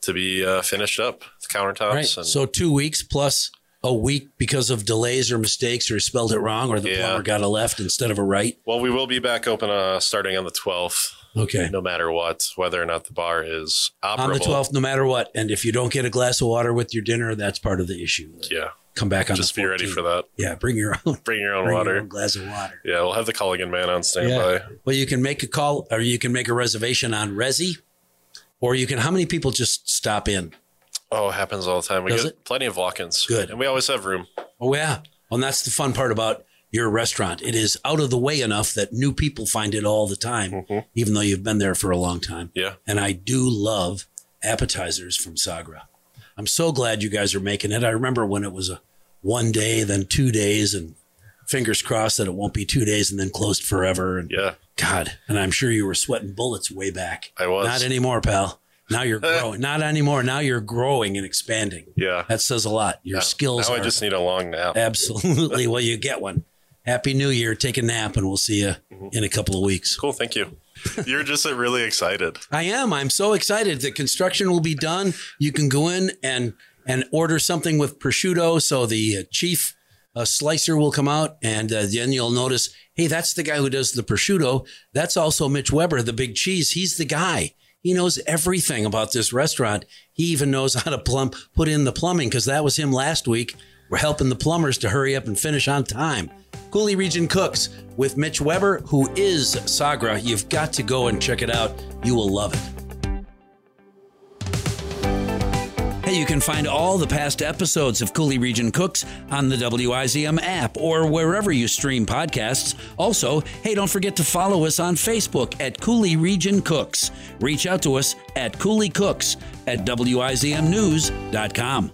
Speaker 2: to be uh, finished up, the countertops.
Speaker 1: Right.
Speaker 2: And,
Speaker 1: So two weeks plus a week because of delays or mistakes or spelled it wrong or the
Speaker 2: Yeah.
Speaker 1: plumber got a left instead of a right.
Speaker 2: well, we will be back open uh, starting on the twelfth.
Speaker 1: Okay.
Speaker 2: no matter what, whether or not the bar is operable.
Speaker 1: on the 12th, no matter what. And if you don't get a glass of water with your dinner, that's part of the issue.
Speaker 2: Yeah,
Speaker 1: Come back on
Speaker 2: just
Speaker 1: the
Speaker 2: be
Speaker 1: 14th.
Speaker 2: ready for that.
Speaker 1: Yeah, bring your own,
Speaker 2: Bring your own
Speaker 1: bring
Speaker 2: water.
Speaker 1: your own glass of water.
Speaker 2: Yeah, we'll have the Culligan man on standby.
Speaker 1: Well, you can make a call or you can make a reservation on Resi, or you can. How many people just stop in?
Speaker 2: Oh, it happens all the time. We
Speaker 1: Does
Speaker 2: get plenty of walk-ins.
Speaker 1: Good.
Speaker 2: and we always have room.
Speaker 1: Oh yeah. Well, that's the fun part about your restaurant. It is out of the way enough that new people find it all the time,
Speaker 2: Mhm.
Speaker 1: even though you've been there for a long time.
Speaker 2: Yeah,
Speaker 1: and I do love appetizers from Sagra. I'm so glad you guys are making it. I remember when it was a one day, then two days, and fingers crossed that it won't be two days and then closed forever. And
Speaker 2: yeah,
Speaker 1: God, and I'm sure you were sweating bullets way back.
Speaker 2: I was.
Speaker 1: Not anymore, pal. Now you're growing. Not anymore. Now you're growing and expanding.
Speaker 2: yeah.
Speaker 1: That says a lot. Your
Speaker 2: Now-
Speaker 1: skills
Speaker 2: Now
Speaker 1: are
Speaker 2: I just need a long nap.
Speaker 1: absolutely. well, you get one. Happy New Year. Take a nap, and we'll see you
Speaker 2: Mm-hmm.
Speaker 1: in a couple of weeks.
Speaker 2: Cool, thank you. You're just uh, really excited.
Speaker 1: I am. I'm so excited. The construction will be done. You can go in and and order something with prosciutto. So the uh, chief uh, slicer will come out, and uh, then you'll notice, hey, that's the guy who does the prosciutto. That's also Mitch Weber, the big cheese. He's the guy. He knows everything about this restaurant. He even knows how to plumb put in the plumbing because that was him last week. We're helping the plumbers to hurry up and finish on time. Cooley Region Cooks with Mitch Weber, who is Sagra. You've got to go and check it out. You will love it. Hey, you can find all the past episodes of Cooley Region Cooks on the WIZM app or wherever you stream podcasts. Also, hey, don't forget to follow us on Facebook at Cooley Region Cooks. Reach out to us at Cooley Cooks at WIZMnews.com.